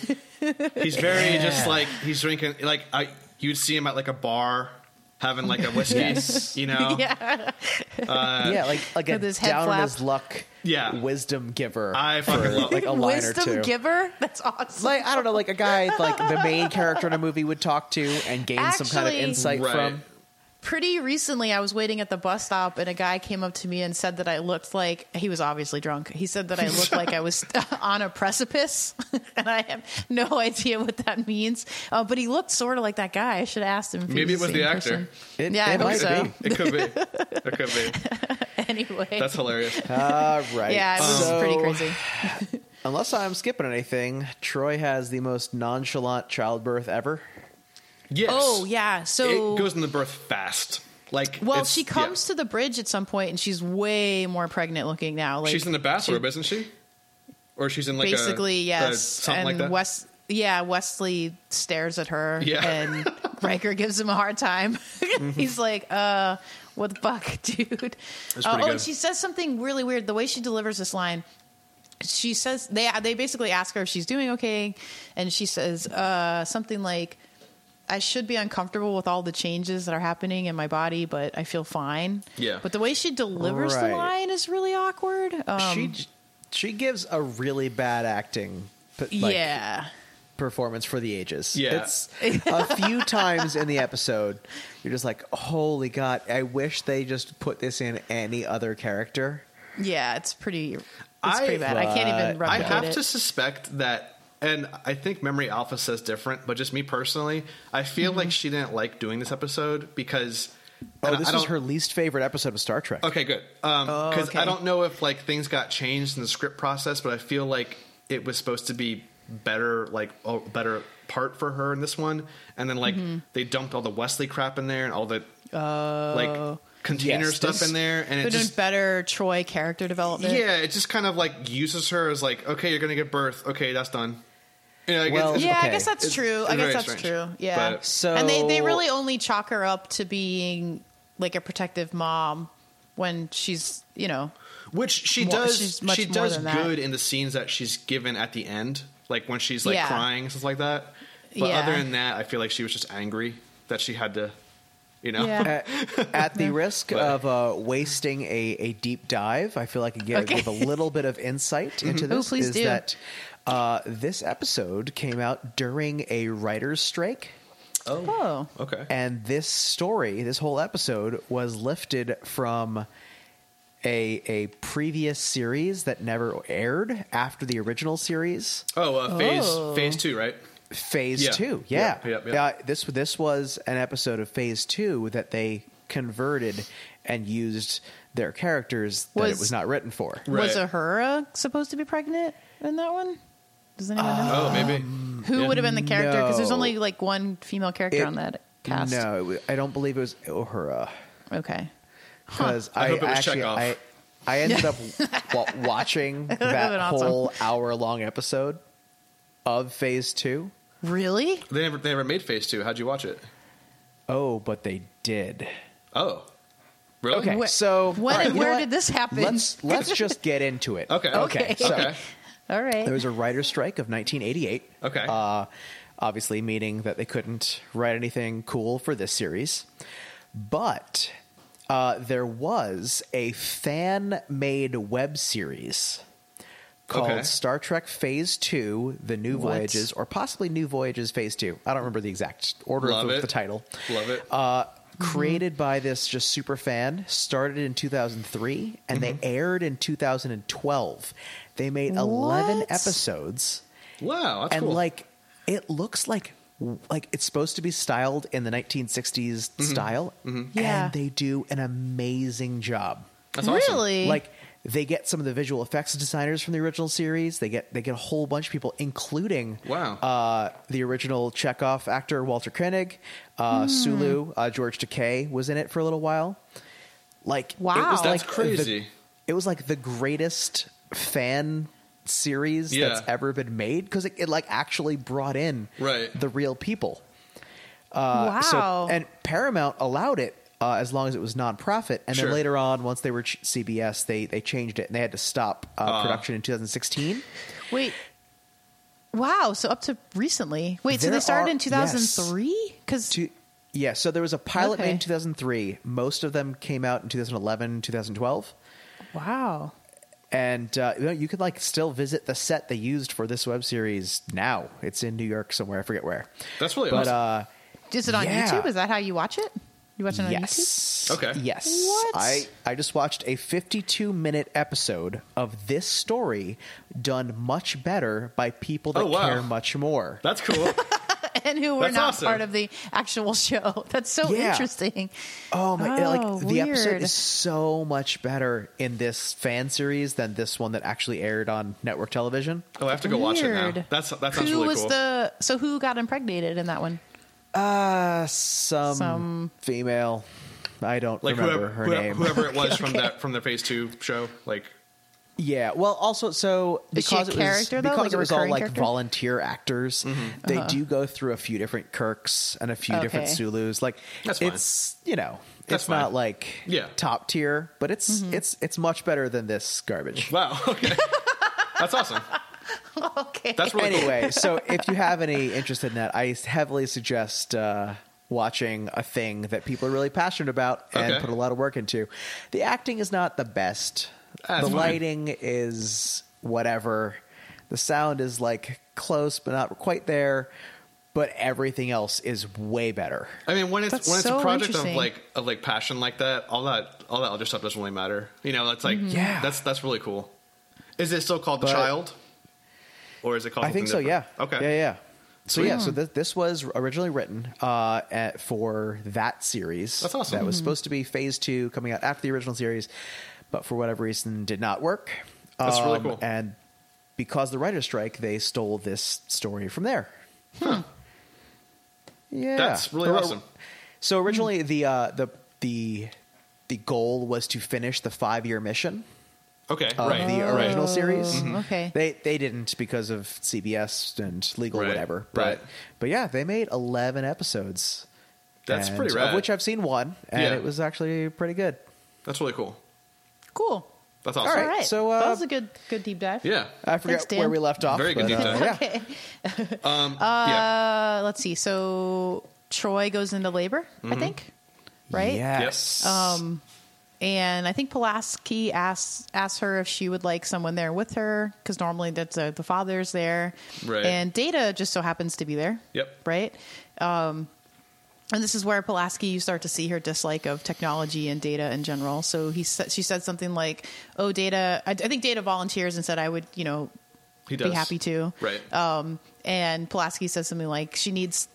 he's very Yeah. just like he's drinking. Like I, you'd see him at like a bar having like a whiskey. Yes. You know, Yeah. yeah, like like a With his head down on flap. his luck Yeah. wisdom giver. I fucking love. like a line or Wisdom two. giver? That's awesome. like I don't know, like a guy like the main character in a movie would talk to and gain some kind of Actually- insight Right. from. Pretty recently, I was waiting at the bus stop and a guy came up to me and said that I looked like he was obviously drunk. He said that I looked like I was on a precipice, and I have no idea what that means. Uh, but he looked sort of like that guy. I should have asked him. If he Maybe it was was the same actor. person. It- yeah, it I hope might so. it could be. It could be. Anyway, That's hilarious. Um, All right. yeah, it was pretty So- crazy. Unless I'm skipping anything, Troy has the most nonchalant childbirth ever. Yes. Oh yeah, so it goes in the birth fast. Like, Well, it's- she comes yeah. to the bridge at some point, and she's way more pregnant looking now. Like she's in the bathrobe, isn't she? Or she's in like a- basically, a, yes, something and like that. Wes, yeah, Wesley stares at her, Yeah. Mm-hmm. and Riker gives him a hard time. He's like, "Uh, what the fuck, dude?" That's Uh, pretty oh, good. and she says something really weird. The way she delivers this line. She says they they basically ask her if she's doing okay, and she says uh, something like, I should be uncomfortable with all the changes that are happening in my body, but I feel fine. Yeah. But the way she delivers Right. the line is really awkward. Um, she she gives a really bad acting p- like, yeah. performance for the ages. Yeah. It's a few times in the episode you're just like, "Holy god, I wish they just put this in any other character." Yeah. It's pretty. It's I- pretty bad. I can't even but- I replicate have it. to suspect that, and I think Memory Alpha says different, but just me personally, I feel Mm-hmm. like she didn't like doing this episode because. Oh, and I- this I was don't- her least favorite episode of Star Trek. Okay, good. Um 'cause because okay. I don't know if like things got changed in the script process, but I feel like it was supposed to be better, like a better part for her in this one. And then like they dumped all the Wesley crap in there and all the like container Yes, stuff this- in there, and it Could've done just better Troy character development. yeah, it just kind of like uses her as like okay, you're gonna get birth. Okay, that's done. You know, like, Well- it's- Yeah, I Okay. guess that's It's- true. it's I very guess that's strange. true. Yeah. But- So- and they they really only chalk her up to being like a protective mom when she's you know which she More- does she's much she more does than that. good in the scenes that she's given at the end like when she's like Yeah. crying and stuff like that but Yeah. other than that i feel like she was just angry that she had to you know Yeah. At, at the risk But- of uh, wasting a, a deep dive, I feel like I could give, Okay. give a little bit of insight into Ooh, this. please is do. that uh, this episode came out during a writer's strike, oh okay and this story, this whole episode, was lifted from a a previous series that never aired after the original series. oh uh, phase Oh. phase two right Phase Yeah. two, yeah. Yep, yep, yep. Uh, this this was an episode of Phase two that they converted and used their characters that Was- it was not written for. Was Right. Ahura supposed to be pregnant in that one? Does anyone know Oh, maybe. who yeah. would have been the character? Because there's Uh, no. only like one female character It- on that cast. No, it wa- I don't believe it was Ohura. Okay. Because I I, hope it was actually, Chekhov. I, I ended up w- watching been that awesome. whole hour long episode of Phase Two. Really? They never they never made Phase Two. How'd you watch it? Oh, but they did. Oh, really? Okay, Wh- so when all right, and you know where what? did this happen? Let's let's just get into it. Okay. Okay. So Okay. All right. there was a writer's strike of 1988. Okay. Uh, obviously, meaning that they couldn't write anything cool for this series, but uh, there was a fan-made web series called Okay. Star Trek Phase Two: The New What? Voyages, or possibly New Voyages Phase Two. I don't remember the exact order Love of the- it. the title. Love it. Uh, created by this just super fan, started in 2003, and they aired in 2012. They made 11 What? episodes, wow, that's and cool. like it looks like like it's supposed to be styled in the 1960s style, Yeah. and they do an amazing job. that's awesome. really? Like they get some of the visual effects designers from the original series. They get they get a whole bunch of people, including Wow. uh, the original Chekhov actor Walter Koenig, uh, Sulu, uh, George Takei was in it for a little while. Like it was Wow. That's like the- crazy. it was like the greatest fan series that's Yeah. ever been made because it, it like actually brought in Right. the real people. uh, wow. So, and Paramount allowed it uh, as long as it was nonprofit. And Sure. then later on, once they were ch- CBS, they they changed it and they had to stop uh, Uh. production in 2016. Wait. Wow. So up to recently. Wait. so There they started are- in 2003? Because To, yeah, so there was a pilot Okay. made in 2003. Most of them came out in 2011, 2012. wow. And uh, you, know, you could like still visit the set they used for this web series now. It's in New York somewhere. I forget where. That's really But awesome. uh, Is it on Yeah. YouTube? Is that how you watch it? You watch it on YouTube? yes. YouTube? Okay. Yes. What? I, I just watched a 52 minute episode of this story done much better by people that Oh, wow. care much more. that's cool. and who were That's not awesome. part of the actual show. That's so Yeah. interesting. Oh my! like Oh, the episode weird. is so much better in this fan series than this one that actually aired on network television. Oh, I have to go watch it now. Weird. That's that sounds Who really was cool. the so who got impregnated in that one? Uh some, Some- female. I don't like remember whoever, her whoever, name. whoever it was from that from the Phase Two show. Like, Yeah. Well, also, so Is she a because it was character, though? because Like a it was all recurring like character? Mm-hmm. Uh-huh. volunteer actors, they do go through a few different Kirks and a few different Okay. Zulus. Like That's fine. it's you know That's it's not fine. like Yeah. top tier, but it's Mm-hmm. it's it's much better than this garbage. wow, okay, that's awesome. Okay. That's really cool. anyway, so if you have any interest in that, I heavily suggest uh, watching a thing that people are really passionate about and Okay. put a lot of work into. The acting is not the best. That's the fine. lighting is whatever. The sound is like close but not quite there. But everything else is way better. I mean, when it's That's when it's so a project of interesting. like of like passion like that, all that all that other stuff doesn't really matter. You know, that's like Mm-hmm. Yeah. that's that's really cool. Is it still called the But- child, or is it called? I think so. something Yeah. different? Yeah. Okay. Yeah. So Sweet. yeah, so th- this was originally written uh, at, for that series. That's awesome. That was supposed to be Phase Two, coming out after the original series, but for whatever reason, did not work. Um, That's really cool. And because the writer's strike, they stole this story from there. Yeah, That's really Or- awesome. So originally, the uh, the the the goal was to finish the five year mission Okay. of right. Mm-hmm. the original Right. series. Okay. They they didn't because of CBS and legal Right, whatever. But right. but yeah, they made eleven episodes. That's and- pretty Of rad. which I've seen one, and Yeah. it was actually pretty good. That's really cool. cool. That's awesome. All All right, right. so, uh, that was a good good deep dive. Yeah. I forget Thanks, Dan. where we left off. Very good but, deep uh, dive. yeah. Okay. Um. yeah. Uh, let's see. So Troy goes into labor, Mm-hmm. I think. Right? Yes. Um, and I think Pulaski asks asks her if she would like someone there with her because normally that's uh, the father's there, Right. and Data just so happens to be there. Yep. Right. Um, and this is where Pulaski you start to see her dislike of technology and data in general. So he said she said something like, "Oh, Data." I, I think Data volunteers and said, "I would, you know." He does. Be happy to. Right. Um, and Pulaski says something like, "She needs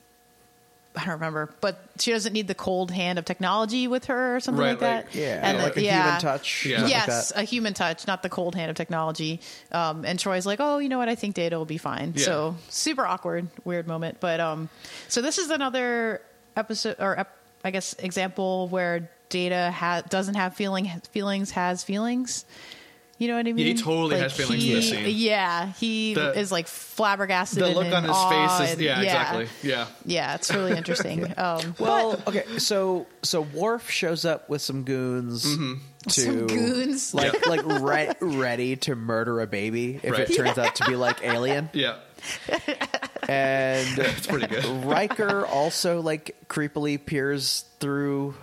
I don't remember, but she doesn't need the cold hand of technology with her or something Right, like that. like- Yeah, and yeah, the- like a yeah. human touch. Yeah. something like Yes, that. a human touch, not the cold hand of technology. Um, and Troy's like, "Oh, you know what? I think Data will be fine." Yeah. So super awkward, weird moment. But um, so this is another episode, or ep- I guess example where Data ha- doesn't have feeling feelings, has feelings. You know what I mean? he totally has feelings in he, this scene. Yeah, he The- is like flabbergasted. The and look in on his awe face is and- yeah, exactly. Yeah. Yeah, it's really interesting. Um, Well, okay, so so Worf shows up with some goons Mm-hmm. to Some goons? like like re- ready to murder a baby if Right. it turns out to be like Alien, Yeah. and It's pretty good. Riker also like creepily peers through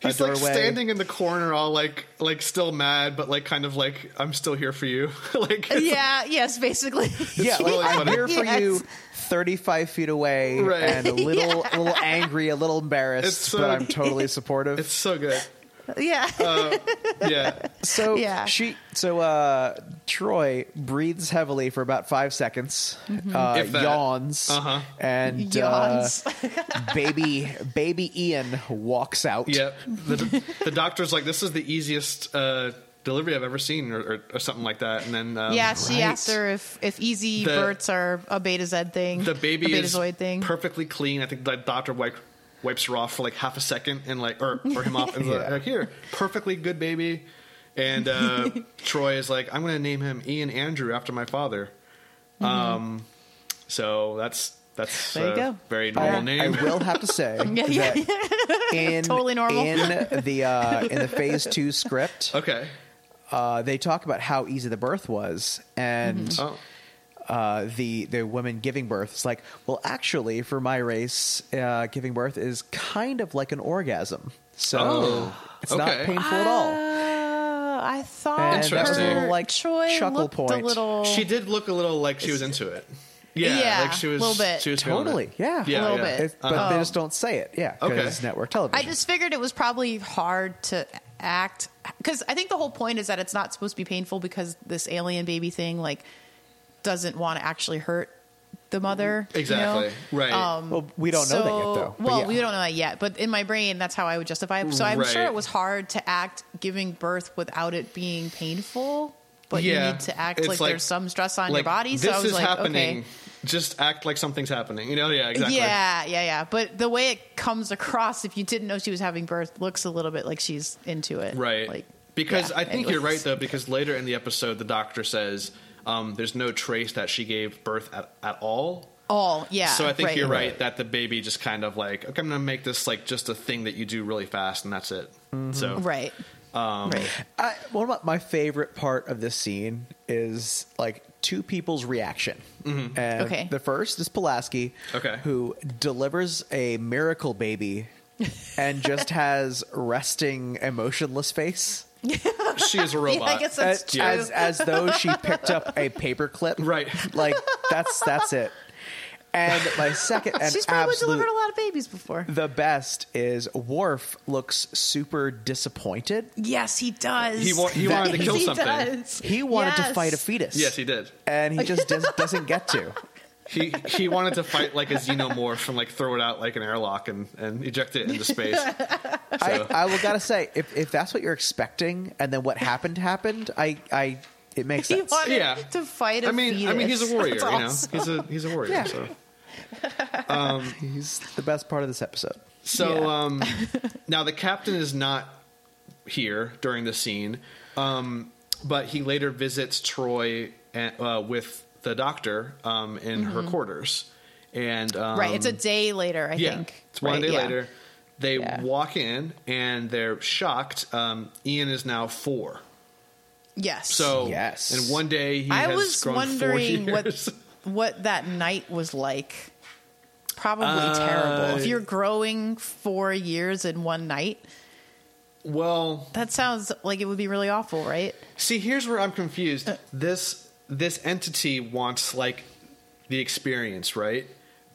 a He's like doorway. standing in the corner, all like, like still mad, but like kind of like, I'm still here for you. like, but- yeah, yes, basically. yeah, like, really I'm funny. here for Yes. you, thirty-five feet away, Right. and a little, a little angry, a little embarrassed, It's so- but I'm totally supportive. it's so good. yeah. Yeah. So Yeah. she, so uh, Troy breathes heavily for about five seconds, uh, If that. yawns, Uh-huh. and Mm-hmm. Yawns. Uh, baby, baby Ian walks out. Yep. The, the doctor's like, this is the easiest uh, delivery I've ever seen, or, or, or something like that. And then um, yeah, she right. asked her if if easy The- births are a beta Z thing, the baby a is betazoid thing. perfectly clean. I think the doctor wipe, wipes her off for like half a second and like, or, or him off. And is like, Yeah. here, perfectly good baby. And uh, Troy is like, I'm going to name him Ian Andrew after my father. Um, so that's that's Mm-hmm. There you a go. very I, normal name. I will have to say Yeah, yeah, that in Totally normal. in the uh, in the phase two script, okay. uh, they talk about how easy the birth was, and Mm-hmm. Oh. uh, the the woman giving birth is like, well, actually, for my race, uh, giving birth is kind of like an orgasm, so Oh, it's not okay. painful at all. Uh, I And thought that's a Interesting. her little, like, Troy chuckle looked a point. little. She did look a little like she was into it. Yeah, Yeah, like she was a little bit. She was feeling it. Totally, yeah, Yeah, A little yeah. bit. It's- but they just don't say it, yeah, because Okay. it's network Oh. I television. just figured it was probably hard to act because I think the whole point is that it's not supposed to be painful because this alien baby thing like doesn't want to actually hurt the mother. you know? Um, Exactly. Right. well, we don't know that yet, though. But Well, yeah. we don't know that yet, but in my brain, that's how I would justify it. So I'm sure Right. it was hard to act giving birth without it being painful, but Yeah. you need to act It's like, like- there's some stress on like, your body. So this I was is like, happening. okay. Just act like something's happening. You know? Yeah. Exactly. Yeah, yeah, yeah. But the way it comes across, if you didn't know she was having birth, looks a little bit like she's into it. Right. Like, because yeah, I think you're right anyways. though. Because later in the episode, the doctor says um, there's no trace that she gave birth at, at all. All, yeah. so I think you're right that the baby just kind of like okay, I'm gonna make this like just a thing that you do really fast, and that's it. So Right. Um, right. I, one of my my favorite part of this scene is like two people's reaction. And Okay. The first is Pulaski, Mm-hmm. Okay. who delivers a miracle baby and just has resting, emotionless face she is a Yeah, robot. I guess that's as, true. as as though she picked up a paperclip. Right. Like that's that's it. And my second and she's probably absolute delivered a lot of babies before. the best is Worf looks super disappointed. Yes, he does. He wa- he wanted to kill Yes, he something. does. He wanted to Yes. fight a fetus. Yes, he did. and he just does, doesn't get to. He he wanted to fight like a xenomorph and like throw it out like an airlock and, and eject it into space. I, I will gotta say, if, if that's what you're expecting, and then what happened happened, I, I it makes He sense. wanted Yeah. to fight a I mean, fetus. I mean, he's a warrior. That's you know, awesome. he's a he's a warrior. Yeah. So, He's the best part of this episode. so Yeah. um, now the captain is not here during the scene, um, but he later visits Troy and, uh, with the doctor um, in her quarters, and um, Mm-hmm. right. It's a day later, I yeah, think. it's one Right, day yeah. later. They Yeah. walk in and they're shocked. Um, Ian is now four. Yes. So Yes. in one day he I has was grown wondering four what years. what that night was like. Probably Uh, terrible. If you're growing four years in one night, well, that sounds like it would be really awful, right? See, here's where I'm Uh, confused. This this entity wants like the experience, right?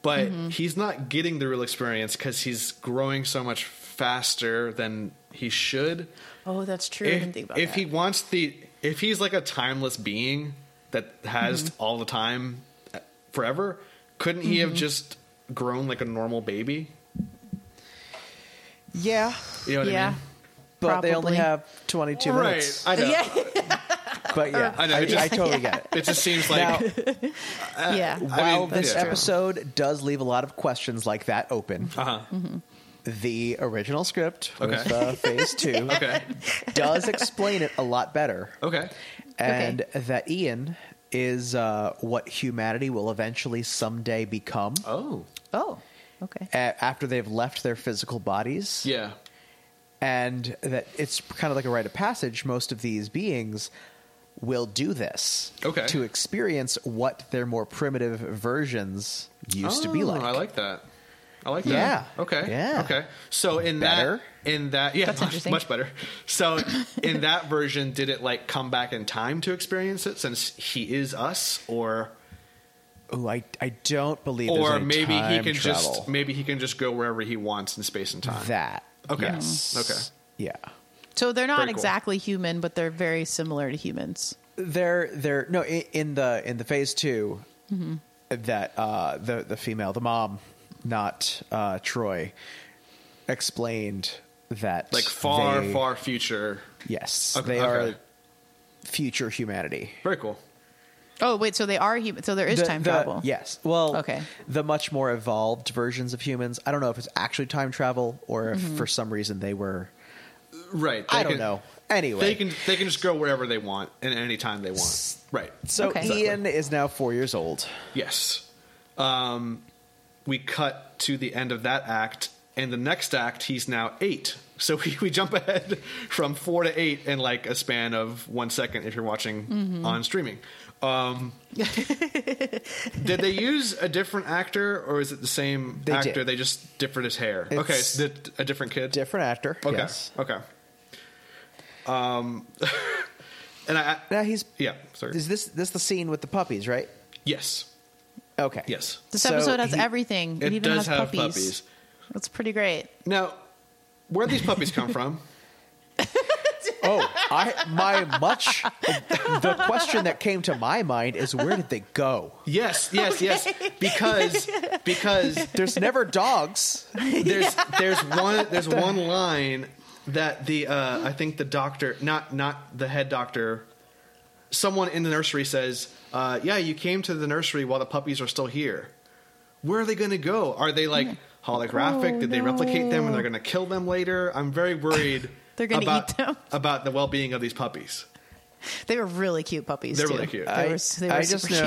But Mm-hmm. he's not getting the real experience because he's growing so much faster than he should. Oh, that's true. I didn't If, think about if that. he wants the, if he's like a timeless being that has Mm-hmm. all the time uh, forever, couldn't he have just grown like a normal baby? Yeah, You know what I yeah. mean? uh, but they Probably. only have 22 minutes. Right. I know. Yeah. But yeah, I I, know, it I just- totally get it. It just seems like Now, uh, yeah. while mean, this yeah. episode does leave a lot of questions like that open, uh-huh. the original script, Okay. with, uh, phase two, Okay. does explain it a lot better. Okay. and that Ian is uh, what humanity will eventually someday become Oh. Oh. Okay. a- after they've left their physical bodies. Yeah. And that it's kind of like a rite of passage. Most of these beings will do this Okay. to experience what their more primitive versions used to be Oh, like. I like that. I like that. Yeah. Okay. Yeah. Okay. So in Better? that in that yeah, That's much, interesting. much better. So in that version, did it like come back in time to experience it since he is us, or Ooh, I, I don't believe. there's or any maybe he time can travel. just maybe he can just go wherever he wants in space and time. that. Okay. Yes. Okay. Yeah. So they're not Very cool. exactly human, but they're very similar to humans. they're they're no in, in the in the phase 2 Mm-hmm. that uh the the female the mom not uh troy explained that Like far, they- far future. yes Okay, they okay. are future humanity Very cool. Oh wait, so they are human. So there is The- time the- travel. yes well Okay. the much more evolved versions of humans i don't know if it's actually time travel or if Mm-hmm. for some reason they were Right. i they don't can- know anyway They can they can just go wherever they want and any time they want. Right. so Okay. ian is now four years old Yes. Um, we cut to the end of that act, and the next act, he's now eight. So we, we jump ahead from four to eight in like a span of one second if you're watching on streaming. Um, did they use a different actor or is it the same They actor? did. They just differed his hair. okay, It's so the, a different kid. different actor Okay. yes Okay. Um, and I, I- now he's yeah, sorry. Is this this the scene with the puppies, right? Yes. Okay. Yes. This So episode has he- everything. It, It even does has have puppies. puppies. That's pretty great. Now, where these puppies come from? Oh, I my much the question that came to my mind is where did they go? Yes, yes, yes. Because because There's never dogs. there's there's one there's one line that the uh, I think the doctor not not the head doctor someone in the nursery says uh, yeah you came to the nursery while the puppies are still here where are they going to go are they like holographic Oh, did they no. replicate them and they're going to kill them later I'm very worried They're gonna about- eat them. about the well being of these puppies They were really cute puppies. They're too. really cute. They I, were, they were I super just cute.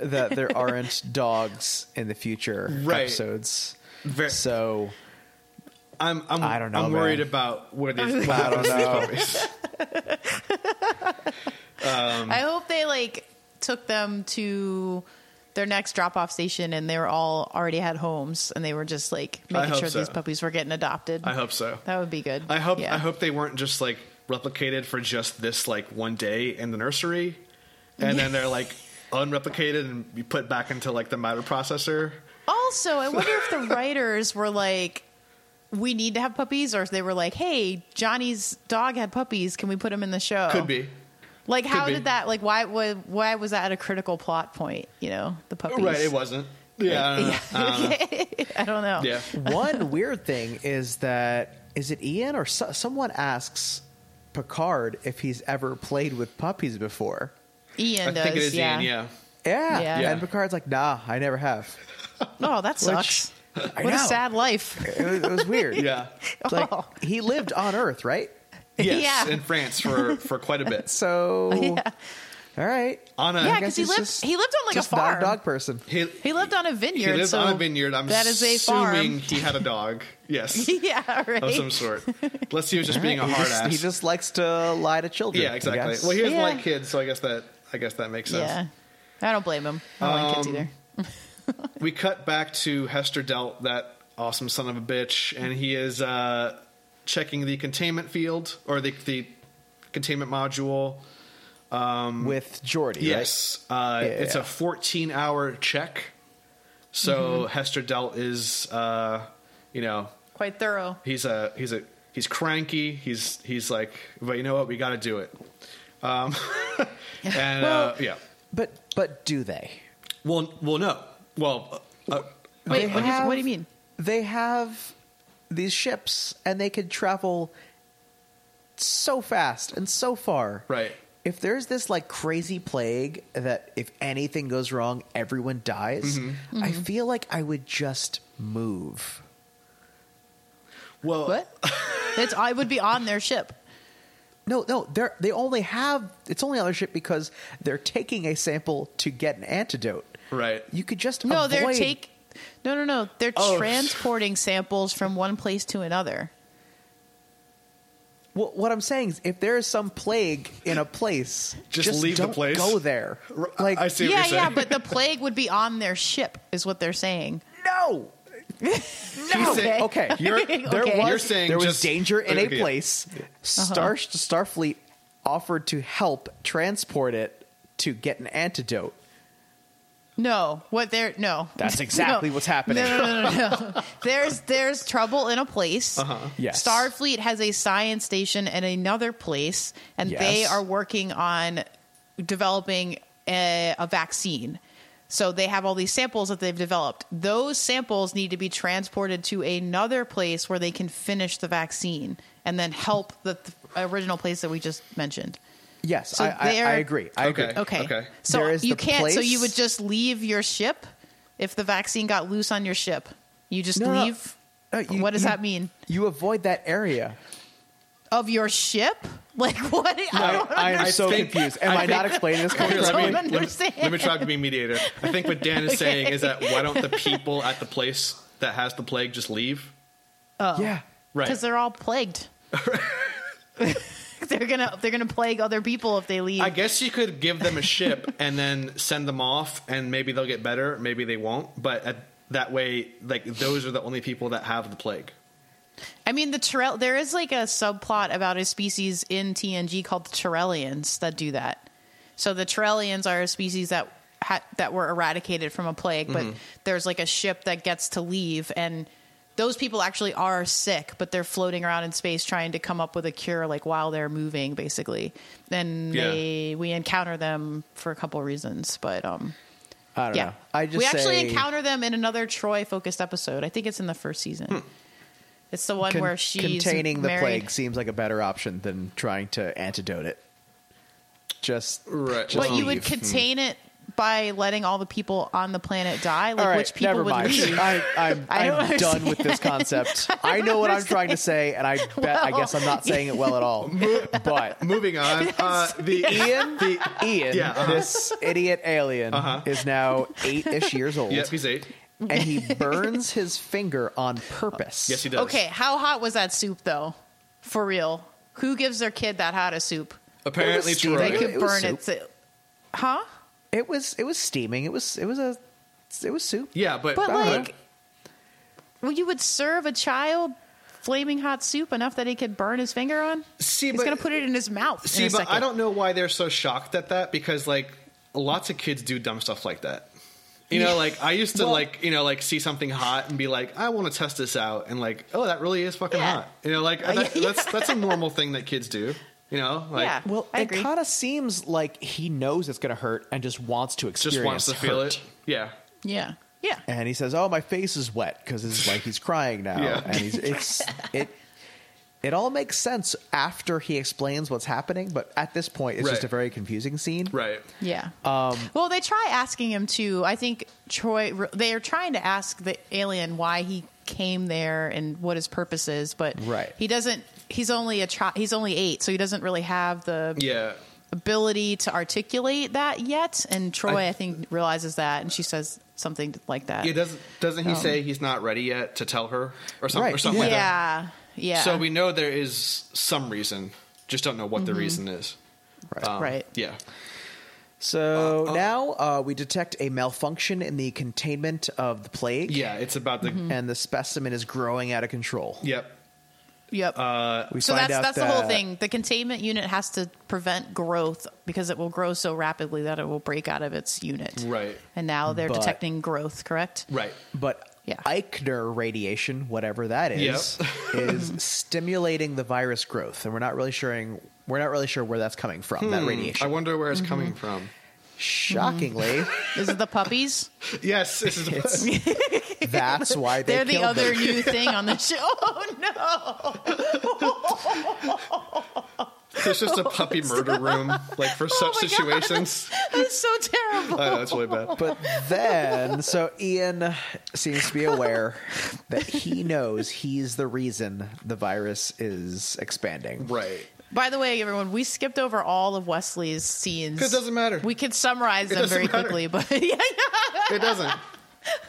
know that there aren't dogs in the future Right. episodes. Ver- So I'm I'm I don't know, I'm worried man. about where these I don't know. puppies. I hope they like took them to their next drop off station and they were all already had homes and they were just like I making hope sure so. these puppies were getting adopted. I hope so. that would be good. I hope Yeah. I hope they weren't just like replicated for just this like one day in the nursery, and then they're like unreplicated and be put back into like the matter processor. Also, I wonder if the writers were like, we need to have puppies, or if they were like, hey, Johnny's dog had puppies. Can we put him in the show? Could be Like, how be. did that, like, why, why, why was that a critical plot point? You know, the puppies. right. It wasn't. Yeah. I don't know. Uh, I don't know. Yeah. One weird thing is that is it Ian or so, someone asks Picard if he's ever played with puppies before. Ian I does. think it is Ian. yeah. Yeah. Yeah. Yeah. Yeah. And Picard's like, nah, I never have. Oh, that sucks. I what a know. sad life. It was, it was weird. Yeah. It's Like, He lived on Earth, right? Yes, Yeah. in France for for quite a bit. So, all right. On a Yeah, guess because he he's lived, just- he lived on like Just a not farm. a dog person. he, He lived on a vineyard. he lived so on a vineyard. I'm that is a assuming farm. he had a dog. Yes. yeah, right. Of some sort. Unless he was just being a He hard just, ass. he just likes to lie to children. Yeah, I exactly. guess. Well, he doesn't Yeah. like kids, so I guess that I guess that makes sense. Um, Yeah. I don't blame him. I don't like kids either. We cut back to Hester Delt, that awesome son of a bitch, and he is uh, checking the containment field or the the containment module. um, with Jordy. Yes, uh, Yeah, it's yeah. a 14 hour check. Mm-hmm. So Hester Delt is, uh, you know, Quite thorough. he's a he's a he's cranky. He's he's like, but you know what? We got to do it. Um, and uh, yeah, right? But but do they? well, well, no, well. Uh, uh, Wait, They what, do you- have- what do you mean? They have these ships and they could travel so fast and so far. Right. If there's this like crazy plague that if anything goes wrong, everyone dies, Mm-hmm. I Mm-hmm. feel like I would just move. Well, What? it's I would be on their ship. No, no, they're they only have it's only on their ship because they're taking a sample to get an antidote. right. You could just No, avoid, they're take. No, no, no. They're Oh. transporting samples from one place to another. Well, what I'm saying is, if there is some plague in a place, Just leave the don't place. Go there. R- Like I see what yeah, you're yeah. saying. But the plague would be on their ship, is what they're saying. no. He's saying- Okay. You're, There Okay. was You're saying there was just- danger in a okay. place. Uh-huh. Star Starfleet offered to help transport it to get an antidote. No, what they're no. That's exactly No. what's happening. No, no, no, no, no. there's there's trouble in a place. Uh-huh. Yes. Starfleet has a science station at another place, and they Yes. are working on developing a, a vaccine. So they have all these samples that they've developed. Those samples need to be transported to another place where they can finish the vaccine and then help the th- original place that we just mentioned. Yes, So I, I, I they're- agree. I Okay. agree. Okay. Okay. So There is you the can't. So place- you would just leave your ship if the vaccine got loose on your ship. You just No, no. leave. No, Uh, you- what does you- that mean? You avoid that area. Of your ship? Like what? I don't I am I so think- confused. Am I, I not explaining this Here, correctly? let, me, don't let me- understand. let me try to be mediator. I think what Dan is saying is that why don't the people at the place that has the plague just leave? Yeah. Right. Because they're all plagued. they're gonna they're gonna plague other people if they leave. I guess you could give them a ship and then send them off, and maybe they'll get better, maybe they won't. But at, that way, like those are the only people that have the plague. I mean, the Terrell. There is like a subplot about a species in TNG called the Terrellians that do that. So the Terrellians are a species that ha- that were eradicated from a plague, but there's like a ship that gets to leave, and those people actually are sick, but they're floating around in space trying to come up with a cure, like while they're moving, basically. And Yeah. they we encounter them for a couple reasons, but um, I don't yeah, know. I just we actually say- encounter them in another Troy focused episode. I think it's in the first season. It's the one Hmm. Con- where she's containing the married. plague seems like a better option than trying to antidote it. Just, Right. just But you would leave. contain it by letting all the people on the planet die. Like All right, which people never would mind. leave? I, I'm, I I'm don't done with this concept. I, know what I'm trying to say, and I bet I guess I'm not saying it well at all. But Moving on, uh, the Ian, Ian, Yeah, uh-huh. this idiot alien is now eight-ish years old, yep, he's eight. and he burns his finger on purpose. Yes, he does. Okay, how hot was that soup though? For real, who gives their kid that hot of soup? Apparently, Troy. Well, They Right. could It was burn soup. it. To, huh? It was it was steaming. It was it was a it was soup. yeah, but, uh, But don't know. like, well, you would serve a child flaming hot soup enough that he could burn his finger on. See, He's but- gonna put it in his mouth. in see, a but second. I don't know why they're so shocked at that because like lots of kids do dumb stuff like that. You know, like I used to Well- like you know like see something hot and be like, I want to test this out, and like, oh, that really is fucking Yeah. Uh, hot. You know, like that, that's that's a normal thing that kids do. You know, like Yeah. Well, I it agree. kind of seems like he knows it's going to hurt and just wants to experience. just wants to feel hurt. it. Yeah, Yeah. Yeah. And he says, "Oh, my face is wet because it's like he's crying now." Yeah. And he's it's it. It all makes sense after he explains what's happening, but at this point, it's Right. just a very confusing scene. Um, right. Yeah. Um, well, they try asking him to. I think Troy. They are trying to ask the alien why he came there and what his purpose is, but Right. he doesn't. He's only a tri- he's only eight, so he doesn't really have the Yeah, ability to articulate that yet. And Troy, I- I, think, realizes that, and she says something like that. yeah. Doesn't doesn't he Um, say he's not ready yet to tell her or something or Right, something like that? yeah. Yeah. So we know there is some reason, just don't know what the reason is. Right. Um, Mm-hmm. Right. Yeah. So now uh, we detect a malfunction in the containment of the plague, Yeah. It's about Mm-hmm. the. and the specimen is growing out of control. Yep. Yep. uh, We so find that's out that's the whole that- thing. The containment unit has to prevent growth because it will grow so rapidly that it will break out of its unit. Right. And now they're But- detecting growth, correct? Right. But Yeah. Eichner radiation, whatever that is, is stimulating the virus growth, and we're not really sure. We're not really sure where that's coming from. That Hmm. I radiation. wonder where it's coming Mm-hmm. from. Shockingly, Hmm. Is it the puppies? Yes, this is it's That's why they They're the killed other them. new thing on the show. Oh no! There's just a puppy murder room, like for such Oh my God. situations. That's so terrible. I know, it's really bad. But then, so Ian seems to be aware that he knows he's the reason the virus is expanding. Right. By the way, everyone, we skipped over all of Wesley's scenes. 'Cause it doesn't matter. We could summarize them doesn't very matter. quickly, but yeah, It doesn't.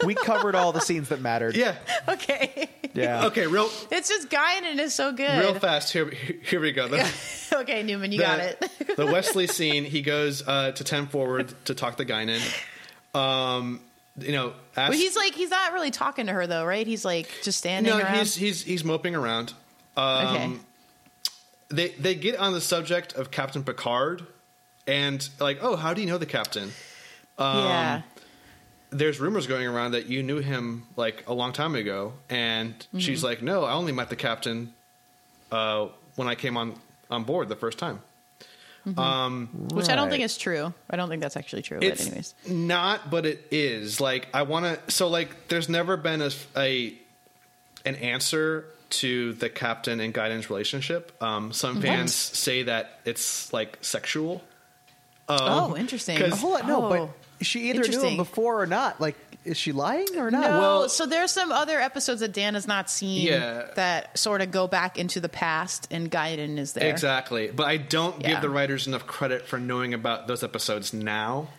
We covered all the scenes that mattered. Yeah. yeah. okay. Yeah. Okay, real It's just guy and it is so Oh. good. real fast. Here here we go. The, okay, Newman, you got it. the Wesley scene, he goes uh, to 10 forward to talk to Guinan. Um, you know, ask, But he's like he's not really talking to her though, right? He's like just standing no, around. he's he's he's moping around. Um, okay. They they get on the subject of Captain Picard, and like, oh, how do you know the captain? Um, yeah. There's rumors going around that you knew him like a long time ago, and Mm-hmm. she's like, no, I only met the captain uh, when I came on on board the first time. Um, Which I don't Right. think is true. I don't think that's actually true. it's but anyways. not, but it is. Like, I want to. So, like, there's never been a, a an answer to the captain and guidance relationship. Um, some fans say that it's like sexual. oh, interesting. um, 'cause- Hold on, no, Oh. but she either knew him Interesting. before or not. Like, is she lying or not? No, well- so there's some other episodes that Dan has not seen Yeah. that sort of go back into the past, and Gaiden is there. Exactly. But I don't Yeah. give the writers enough credit for knowing about those episodes now.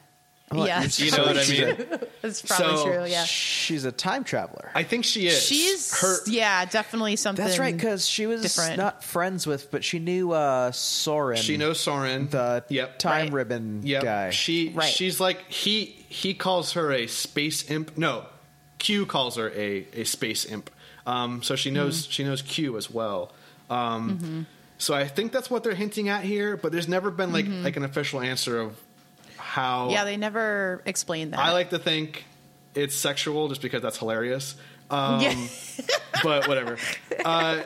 Well, Yeah. it's- You know what I she's a- That's probably So- true. Yeah, She's a time traveler. I think she is. she's her. yeah, definitely something. That's right, because she was different. not friends with, but she knew uh, Soren. She knows Soren. the yep. time Right. ribbon Yep. guy. She Right. she's like he he calls her a space imp. No, Q calls her a a space imp. Um, so she knows Mm-hmm. she knows Q as well. Um, So I think that's what they're hinting at here. But there's never been like like an official answer of how. Mm-hmm. Yeah, they never explained that. I like to think it's sexual just because that's hilarious. Um, Yeah. but whatever. Uh,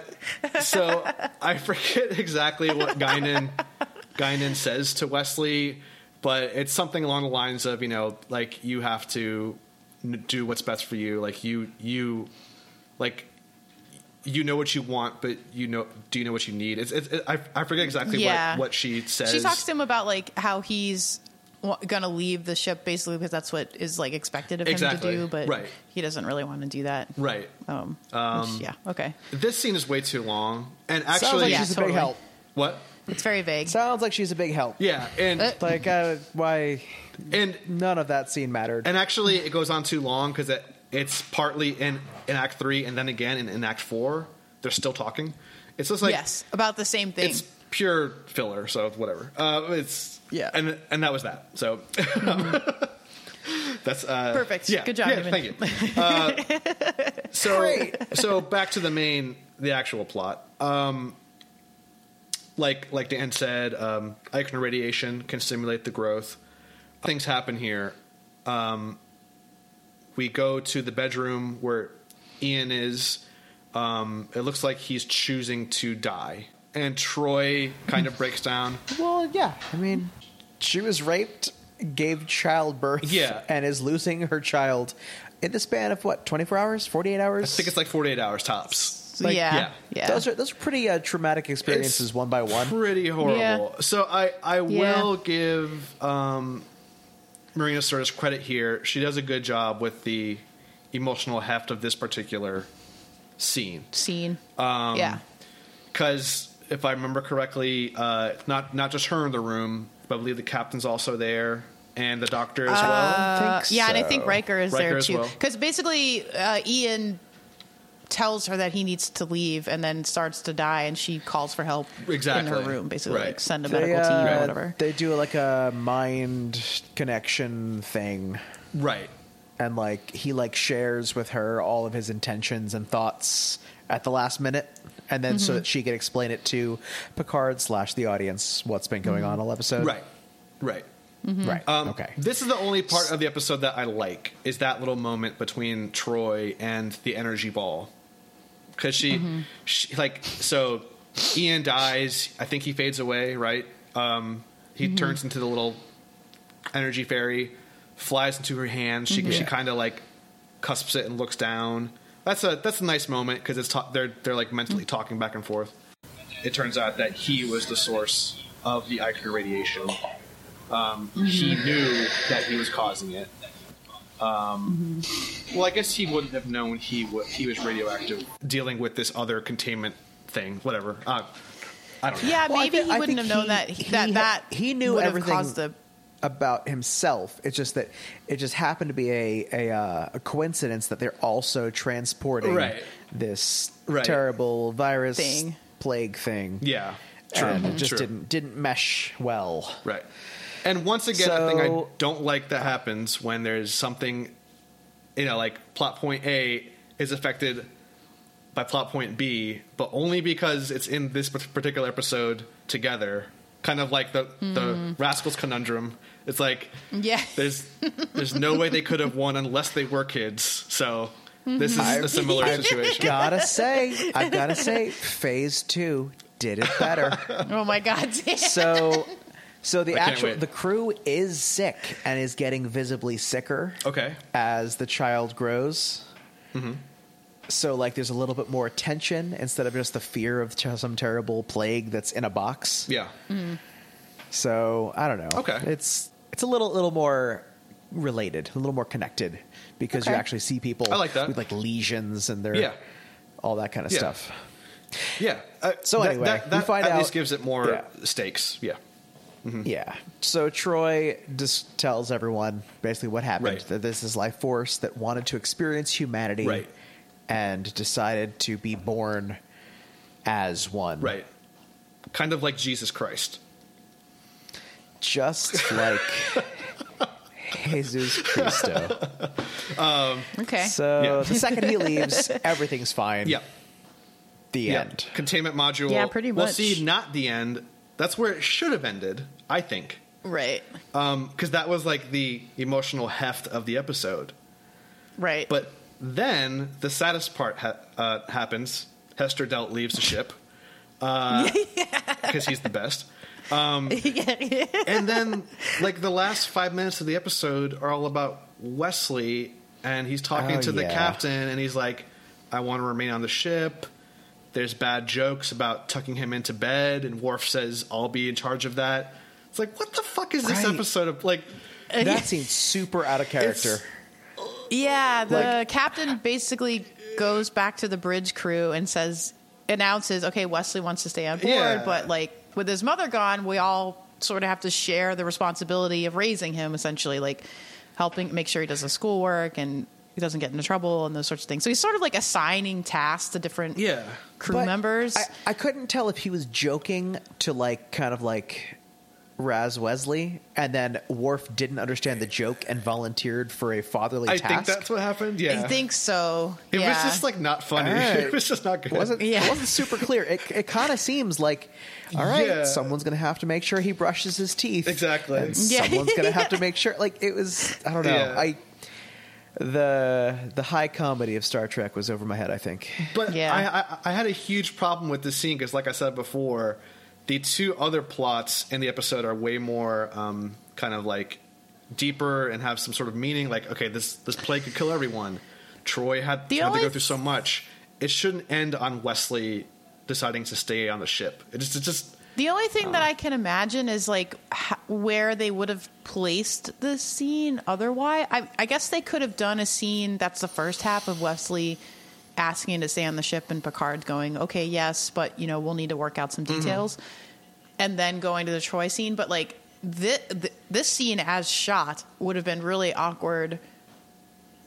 so I forget exactly what Guinan Guinan says to Wesley, but it's something along the lines of you know like you have to n- do what's best for you. Like you you like you know what you want, but you know do you know what you need? It's, it's it, I I forget exactly Yeah. what what she says. she talks to him about like how he's wa- gonna leave the ship basically because that's what is like expected of Exactly. him to do, but Right. he doesn't really want to do that. right. Um, which- yeah, okay, This scene is way too long, and Sounds actually, like Yeah, she's a totally. big help. what? it's very vague. Sounds like she's a big help. Yeah, and Uh, Like, uh, why and none of that scene mattered. and actually, it goes on too long because it, it's partly in in Act Three, and then again in, in Act Four, they're still talking. It's just like yes, about the same thing. it's pure filler. So whatever. Uh, it's Yeah. and and that was that. So. That's uh, Perfect. Yeah, Good job, Yeah, Eamon. thank you. Uh, so, Great. so back to the main, the actual plot. Um, like like Dan said, um, Eichner radiation can stimulate the growth. Things happen here. Um, we go to the bedroom where Ian is. Um, it looks like he's choosing to die, and Troy kind of breaks down. Well, yeah. I mean, she was raped, gave childbirth, Yeah. and is losing her child in the span of what, twenty four hours, forty eight I hours? think it's like forty eight hours tops. like- yeah, yeah. yeah, Those are those are pretty uh, traumatic experiences, one by one. Pretty horrible. Yeah. So I, I Yeah. will give um, Marina Sirtis credit here. She does a good job with the emotional heft of this particular scene. scene. Um, yeah, Because if I remember correctly, uh, not not just her in the room, but I believe the captain's also there and the doctor as well. Uh, yeah, and I think so. Riker is Riker there as too. well. Because basically, uh, Ian tells her that he needs to leave, and then starts to die, and she calls for help Exactly. in her room. Basically, Right. like send a They, medical team uh, or whatever. They do like a mind connection thing, Right. and like he like shares with her all of his intentions and thoughts at the last minute, and then Mm-hmm. so that she can explain it to Picard slash the audience what's been going Mm-hmm. on all episode. Right. Right. Right. Um, okay. This is the only part of the episode that I like is that little moment between Troy and the energy ball, because she, she like so Ian dies. I think he fades away. Right. Um, he turns into the little energy fairy, flies into her hand. She she Yeah. kind of like cusps it and looks down. That's a that's a nice moment because it's ta- they're they're like mentally talking back and forth. It turns out that he was the source of the Iker radiation. Um, He Mm-hmm. knew that he was causing it. Um, Mm-hmm. Well, I guess he wouldn't have known he wa he was radioactive dealing with this other containment thing, whatever. Uh, I don't know. Yeah, Well, I maybe thi- I he wouldn't think have known he- that he that ha- that he knew would have everything caused the about himself. It's just that it just happened to be a a, uh, a coincidence that they're also transporting Right. this Right. terrible virus Thing. plague thing. Yeah, true. and it just true. didn't didn't mesh well. Right. And once again, I think I So- don't like that happens when there's something, you know, like plot point A is affected by plot point B, but only because it's in this p- particular episode together. Kind of like the Mm-hmm. the Rascals conundrum. It's like yeah. there's there's no way they could have won unless they were kids. So this is Mm-hmm. a similar situation. Gotta say, I've gotta say, phase two did it better. oh my god. So, so the I can't actual wait. the crew is sick and is getting visibly sicker Okay. as the child grows. Mm-hmm. So, like, there's a little bit more tension instead of just the fear of ter- some terrible plague that's in a box. Yeah. Mm. So, I don't know. Okay. it's it's a little little more related, a little more connected because you Okay. actually see people. I like that. with like lesions and their Yeah. all that kind of Yeah. stuff. Yeah. Uh, So that- anyway, that, we that find at out- least gives it more Yeah. stakes. Yeah. Mm-hmm. Yeah. So Troy just tells everyone basically what happened Right. that this is life force that wanted to experience humanity Right. and decided to be born as one. Right. Kind of like Jesus Christ. Just like Jesus Christo. okay. So Yeah. the second he leaves, everything's fine. Yeah. The yeah. end. Containment module. Yeah, pretty Well, much. see, not the end. That's where it should have ended, I think. right. Because that was like the emotional heft of the episode. Right. But then the saddest part ha- uh, happens. Hester Delt leaves the ship because he's the best. Yeah. and then like the last five minutes of the episode are all about Wesley, and he's talking Oh, to the yeah. captain, and he's like, "I want to remain on the ship." There's bad jokes about tucking him into bed, and Worf says, "I'll be in charge of that." It's like, what the fuck is this Right. episode of? Like, That seems super out of character. It's- Yeah, the Like- captain basically goes back to the bridge crew and says, announces, okay, Wesley wants to stay on board, Yeah. but like with his mother gone, we all sort of have to share the responsibility of raising him, essentially, like helping make sure he does his schoolwork and he doesn't get into trouble and those sorts of things. So he's sort of like assigning tasks to different yeah, crew But members. I, I couldn't tell if he was joking to like kind of like Raz Wesley, and then Worf didn't understand the joke and volunteered for a fatherly I task. think that's what happened. Yeah, I think so. it yeah. was just like not funny. All right. it was just not good. It wasn't Yeah. it wasn't super clear. It it kind of seems like all right, Yeah. someone's gonna have to make sure he brushes his teeth. Exactly. And Yeah. Someone's gonna have to make sure. Like it was. I don't know. Yeah. I the the high comedy of Star Trek was over my head. I think. But Yeah. I, I, I had a huge problem with this scene because, like I said before, the two other plots in the episode are way more um, kind of like deeper and have some sort of meaning. Like, okay, this this plague could kill everyone. Troy had, The had to only- go through so much. It shouldn't end on Wesley deciding to stay on the ship. It just, it just The only thing Uh. that I can imagine is like h- where they would have placed the scene otherwise. I, I guess they could have done a scene that's the first half of Wesley asking to stay on the ship and Picard going, okay, yes, but you know, we'll need to work out Mm-hmm. some details. And then going to the Troy scene. But like thi- th- this scene as shot would have been really awkward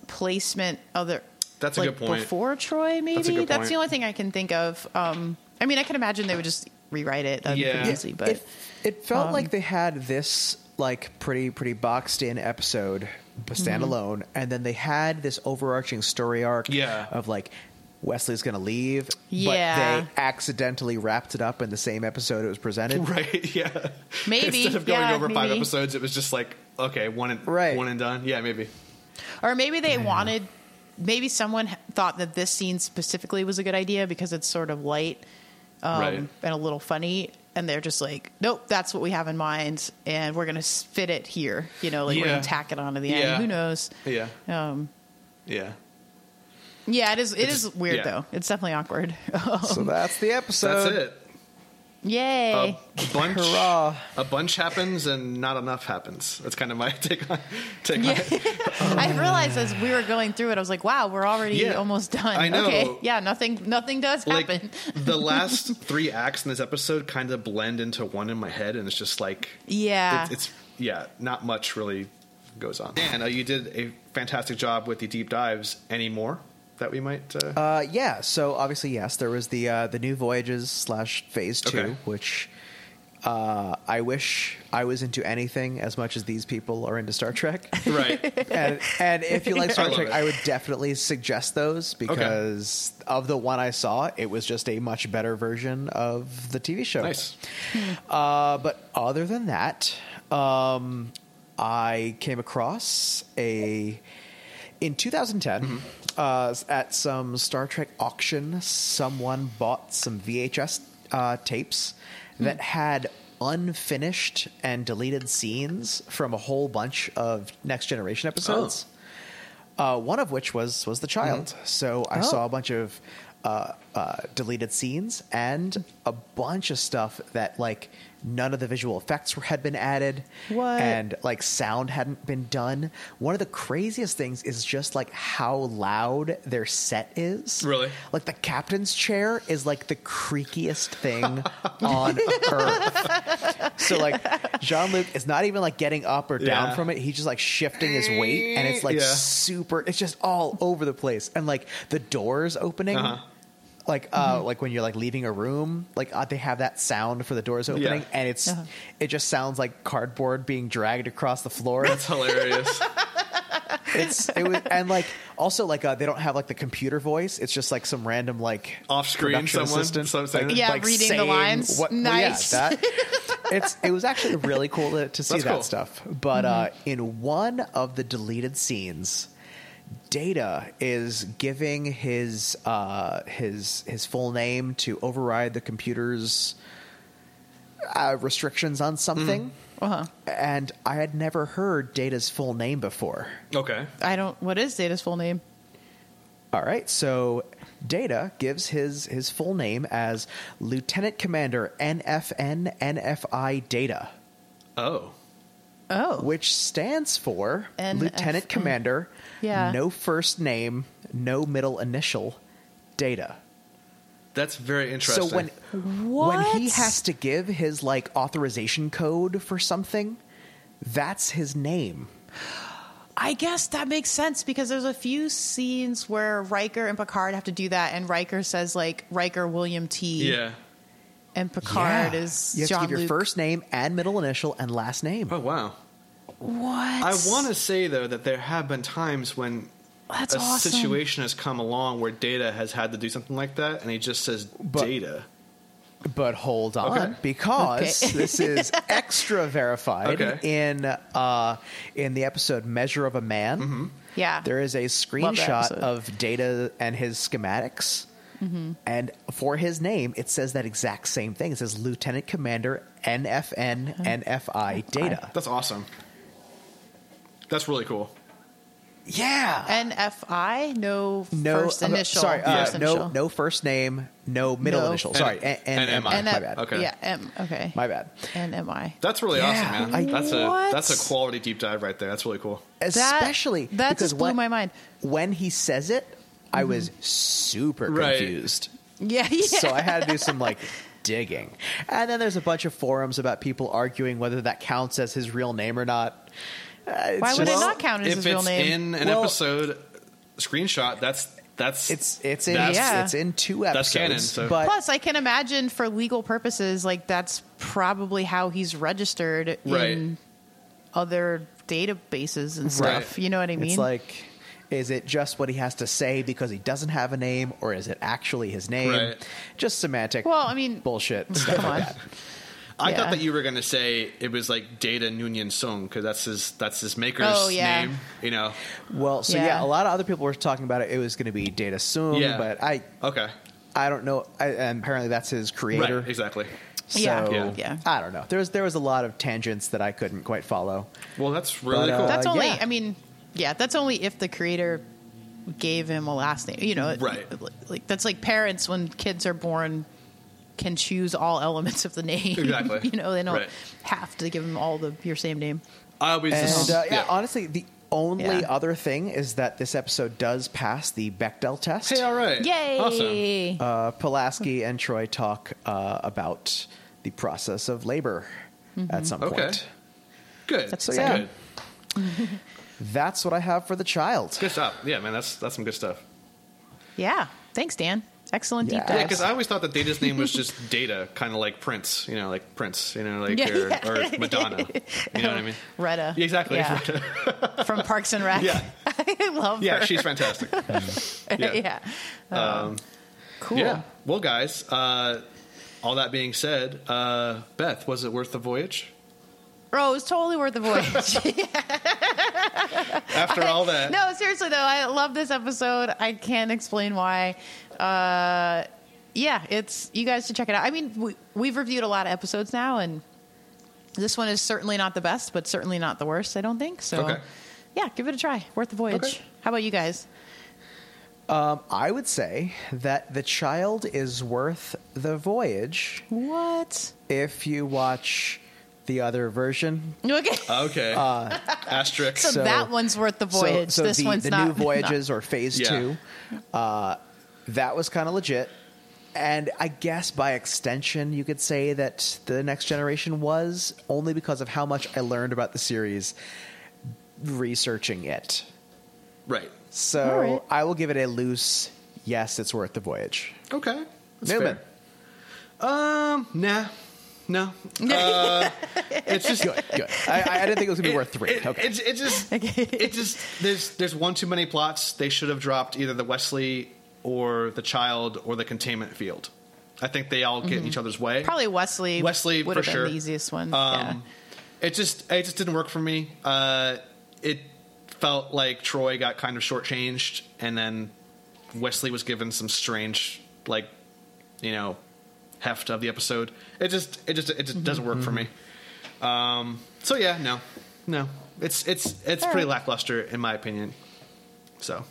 placement other That's a like, good point. before Troy maybe That's a good point. the only thing I can think of um I mean I can imagine they would just rewrite it That'd be Yeah. pretty easy but um, it, it felt like they had this like pretty pretty boxed in episode Mm-hmm. standalone, and then they had this overarching story arc Yeah. of like Wesley's gonna leave, Yeah. but they accidentally wrapped it up in the same episode it was presented. right, yeah. Maybe, instead of going yeah, over five maybe. episodes, it was just like okay, one and Right. one and done. Yeah, maybe. or maybe they wanted maybe someone h- thought that this scene specifically was a good idea because it's sort of light um, Right. and a little funny and they're just like nope that's what we have in mind and we're gonna s- fit it here you know like we're Yeah. gonna tack it on to the Yeah. end who knows Yeah, um yeah. Yeah, it is. It is weird yeah. though. It's definitely awkward. Oh, So that's the episode. That's it. Yay! A bunch, Hurrah. a bunch happens, and not enough happens. That's kind of my take on take on yeah, it. I realized as we were going through it, I was like, "Wow, we're already Yeah. almost done." I know. Okay, yeah, nothing, nothing does Like happen. the last three acts in this episode kind of blend into one in my head, and it's just like yeah, it's, it's yeah, not much really goes on. Dan, uh, you did a fantastic job with the deep dives. Any more that we might? Uh, Uh, yeah. So obviously, yes, there was the uh, the new voyages slash phase two, Okay. which uh, I wish I was into anything as much as these people are into Star Trek. right. and, and if you like Star love Trek, it. I would definitely suggest those because of the one I saw, it was just a much better version of the TV show. Nice. Uh, but other than that, um, I came across a in 2010 Mm-hmm. uh, at some Star Trek auction. Someone bought some VHS uh, tapes Hmm. that had unfinished and deleted scenes from a whole bunch of Next Generation episodes uh, one of which was was the child. So I Oh. saw a bunch of uh, uh, deleted scenes and a bunch of stuff that like none of the visual effects were, had been added, What? and like sound hadn't been done. One of the craziest things is just like how loud their set is. Really? like the captain's chair is like the creakiest thing on earth. So like Jean Luc is not even like getting up or down Yeah. from it. He's just like shifting his weight, and it's like Yeah. super it's just all over the place and like the doors opening Uh-huh. like uh like when you're like leaving a room like uh, they have that sound for the doors opening Yeah. and it's Uh-huh. it just sounds like cardboard being dragged across the floor That's hilarious. it's it was and like also like uh, they don't have like the computer voice it's just like some random like Off screen, production someone. assistant, someone saying Yeah. reading the saying lines. well, yeah, Nice. that- it's it was actually really cool to, to see That's that cool. stuff. But uh, Mm-hmm. in one of the deleted scenes, Data is giving his uh, his his full name to override the computer's uh, restrictions on something. Mm-hmm. uh-huh. And I had never heard Data's full name before. Okay. I don't. What is Data's full name? All right, so Data gives his his full name as Lieutenant Commander NFN NFI Data, Oh. Oh, which stands for NFN. Lieutenant Commander. Yeah. No first name, no middle initial, Data. That's very So interesting. when when What? he has to give his like authorization code for something, that's his name. I guess that makes sense because there's a few scenes where Riker and Picard have to do that, and Riker says like Riker William E T. yeah. and Picard Yeah. is you have John to give Luke. your first name and middle initial and last name. Oh wow. What? I want to say though that there have been times when That's a awesome. situation has come along where Data has had to do something like that, and he just says But- Data. But hold on, Okay. because Okay. this is extra verified Okay. in uh, in the episode "Measure of a Man." Mm-hmm. Yeah. There is a screenshot episode. Mm-hmm. of Data and his schematics, and for his name, it says that exact same thing. It says Lieutenant Commander NFN NFI Data. That's awesome. That's really cool. Yeah. NFI, no, No first I'm- initial. Sorry, uh, first no, initial. no first name, no middle No. initial. And- Sorry, N- and NMI. MI. My bad. Okay. Yeah, M, okay. My bad. NMI. That's really Yeah, awesome, man. I- that's a What? that's a quality deep dive right there. That's really cool. That- especially that because just blew when- my mind. when he says it i was super Right. confused Mm-hmm. Yeah, yeah. so i had to do some like digging and then there's a bunch of forums about people arguing whether that counts as his real name or not Uh, it's Why would it just- not count as if his it's real name? in an Well- episode screenshot, that's that's it's it's in that's, Yeah. it's in two episodes That's canon, so- but Plus, I can imagine for legal purposes, like that's probably how he's registered Right. in other databases and stuff. Right. You know what I mean? it's like is it just what he has to say because he doesn't have a name or is it actually his name Right. just semantic Well, I mean- bullshit stuff Come like on. that I yeah. thought that you were going to say it was like Data Nunyan Sung because that's his that's his maker's Oh, yeah. name. You know. Well, so yeah. Yeah. a lot of other people were talking about it. It was going to be Data Soon, Yeah. but I, Okay. I don't know. I, and apparently, that's his creator. Right. Exactly. So Yeah. Yeah. Yeah. I don't know. There was there was a lot of tangents that I couldn't quite follow. Well, that's really But, cool. uh, that's only. yeah. I mean, yeah, that's only if the creator gave him a last name. You know, it- Right. Like that's like parents when kids are born can choose all elements of the name. Exactly. you know, they don't Right. have to give them all the your same name. I always And just, uh, yeah, honestly, the only Yeah. other thing is that this episode does pass the Bechdel test. hey, all right, Yay! awesome. uh, Pulaski and Troy talk uh, about the process of labor at some Okay. point. Good. That's So, exciting. Good. That's what I have for the child. Good stuff. Yeah, man, that's that's some good stuff. Yeah. Thanks, Dan. Excellent Yeah. deep dive. Yeah, because I always thought that Data's name was just Data, kind of like Prince, you know, like Prince, you know, like Yeah, or, yeah. or Madonna. You know what I mean? Retta. Yeah, exactly. Yeah. From Parks and Rec. Yeah. I love Yeah, her. she's fantastic. yeah. yeah. Um, cool. Yeah. Well, guys, uh, all that being said, uh, Beth, was it worth the voyage? Bro, it was totally worth the voyage. After all that, no, seriously though, I love this episode. I can't explain why. Uh, yeah, it's you guys should check it out. I mean, we, we've reviewed a lot of episodes now, and this one is certainly not the best, but certainly not the worst. I don't think so. Okay. Yeah, give it a try. Worth the voyage. Okay. How about you guys? Um, I would say that the child is worth the voyage What? if you watch the other version. Okay. okay. Asterisk. so, so- that one's worth the voyage. So, so this the, one's the not. new voyages or phase Yeah. two. Uh, that was kind of legit. And I guess by extension, you could say that the next generation was only because of how much I learned about the series researching it. right. So All right. I will give it a loose yes, it's worth the voyage. Okay. That's Newman. fair. Um, nah. No. Uh, it's just Good, good. I, I didn't think it was going to be worth three. It, okay. It's it just Okay. it just there's there's one too many plots. They should have dropped either the Wesley or the child or the containment field. I think they all get Mm-hmm. in each other's way. Probably Wesley. Wesley would for have been sure. the easiest one. yeah. Um, It just it just didn't work for me. Uh, it felt like Troy got kind of shortchanged, and then Wesley was given some strange like you know heft of the episode. It just it just it Mm-hmm. just doesn't work for me. Um, so yeah, no, no, it's it's it's All pretty right. lackluster in my opinion. So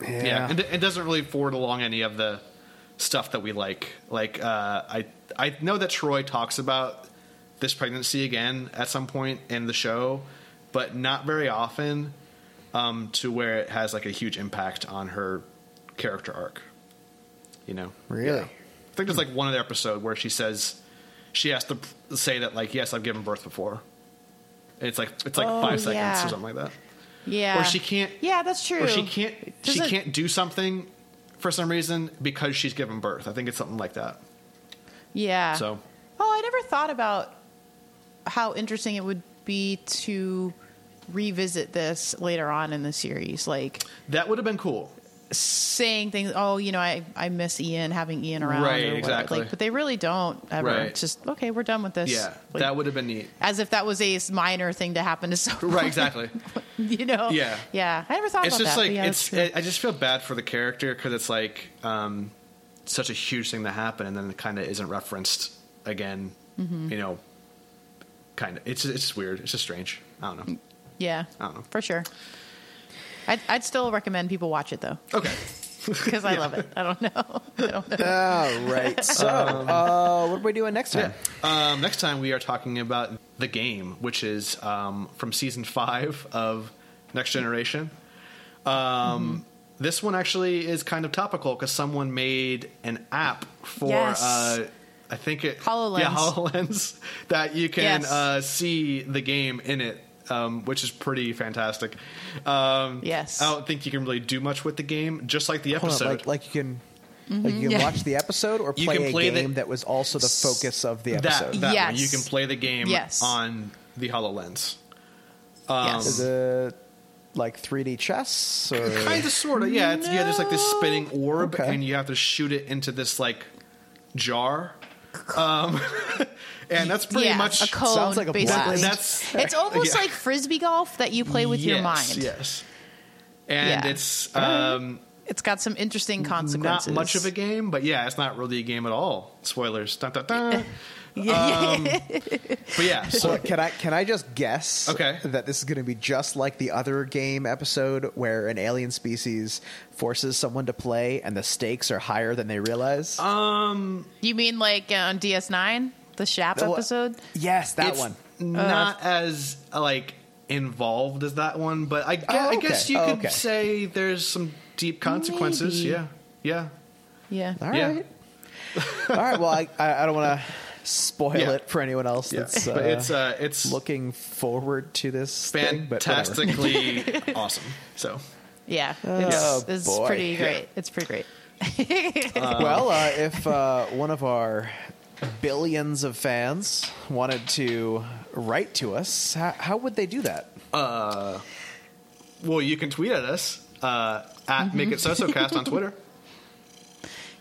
yeah. yeah, and it, it doesn't really forward along any of the stuff that we like. Like uh, I I know that Troy talks about this pregnancy again at some point in the show, but not very often um, to where it has like a huge impact on her character arc. You know, Really? I think there's like one other episode where she says she has to p- say that like yes I've given birth before. It's like it's like Oh, five seconds yeah. or something like that. yeah. Or she can't. Yeah, that's true. Or she can't. She Doesn't- can't do something for some reason because she's given birth. I think it's something like that. Yeah. So Oh, I never thought about how interesting it would be to revisit this later on in the series. Like that would have been cool. saying things, oh, you know, I, I miss Ian, having Ian around. or Right, whatever. exactly. Like, but they really don't ever. Right. It's just, okay, we're done with this. Yeah, Like, that would have been neat. as if that was a minor thing to happen to someone. Right, exactly. you know? Yeah. Yeah. I never thought it's about just that. like but yeah, that's it's. true. I just feel bad for the character because it's like um, such a huge thing to happen, and then it kind of isn't referenced again. Mm-hmm. You know, kind of. It's it's just weird. It's just strange. I don't Mm. know. yeah. I don't know. For sure. I'd, I'd still recommend people watch it though, Okay. because I love it. I don't know. I don't know. All right. So, uh, what are we doing next time? Um, next time we are talking about the game, which is um, from season five of Next Generation. Mm-hmm. Um, This one actually is kind of topical because someone made an app for, Yes. uh, I think it HoloLens. yeah, HoloLens that you can Yes. uh, see the game in it. Um, which is pretty fantastic. Um, Yes. I don't think you can really do much with the game, just like the Hold on, episode. like, like you can. Like you can Yeah. watch the episode or You play can a play the- game that was also the focus of the that, episode. that one. Yes. You can play the game Yes. on the HoloLens. um, Is it like 3D chess or kind of sort of yeah it's, yeah there's like this spinning orb Okay. and you have to shoot it into this like jar um and that's pretty yeah, much a cone. Sounds like a basically. blast. That's- it's almost yeah. like frisbee golf that you play with your Yes, mind. yes and Yeah. it's um It's got some interesting not consequences. much of a game but yeah it's not really a game at all spoilers dun, dun, dun. Yeah. But yeah, so Can I can I just guess? Okay. That this is going to be just like the other game episode where an alien species forces someone to play, and the stakes are higher than they realize. Uh, you mean like uh, on DS9, the Shap No, uh, episode? yes, that it's one. not Uh-huh. as like involved as that one, but I, gue- Oh, I guess okay. you Oh, could okay. say there's some deep consequences. Maybe. Yeah, yeah. Yeah. All Yeah. right. All right. Well, I I, I don't want to spoil Yeah. it for anyone else. Yeah. That's uh, but it's uh, it's looking forward to this. thing, but whatever. fantastically awesome. So Yeah. Oh, It's, it's boy. pretty Yeah. great. It's pretty great. well, uh, if uh, one of our billions of fans wanted to write to us, how, how would they do that? well, you can tweet at us uh, at Make It SoSoCast on Twitter.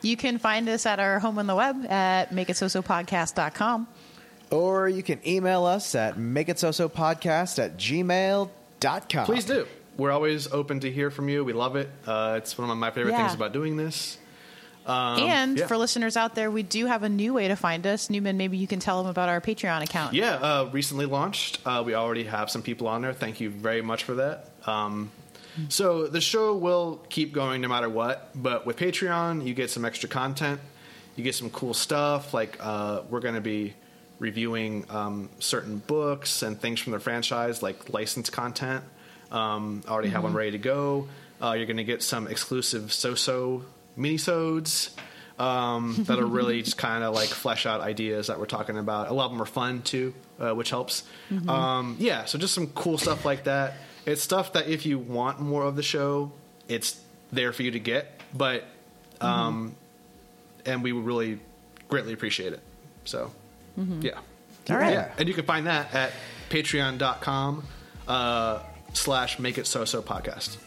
You can find us at our home on the web at makeitsosopodcast.com. Or you can email us at makeitsosopodcast at gmail.com. Please do. We're always open to hear from you. We love it. Uh, it's one of my favorite Yeah. things about doing this. and Um, yeah. for listeners out there, we do have a new way to find us. Newman, maybe you can tell them about our Patreon account. Yeah, uh, recently launched. Uh, we already have some people on there. Thank you very much for that. Um, so the show will keep going no matter what, but with Patreon, you get some extra content. You get some cool stuff. Like uh, we're going to be reviewing um, certain books and things from the franchise, like licensed content. Um, I already have one ready to go. Uh, you're going to get some exclusive so-so minisodes um, that'll really just kind of like flesh out ideas that we're talking about. A lot of them are fun too, uh, which helps. Mm-hmm. Um, yeah, so just some cool stuff like that. It's stuff that if you want more of the show, it's there for you to get. But Mm-hmm. um, and we would really greatly appreciate it. So yeah, Mm-hmm. All right. yeah, and you can find that at patreon.com uh, slash make it so so podcast.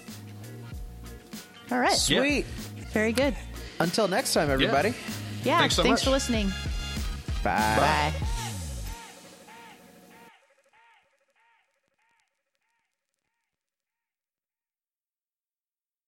All right. Yeah. Sweet. Very good. Until next time, everybody. Yeah. Thanks Thanks, so much. for listening. Bye. Bye.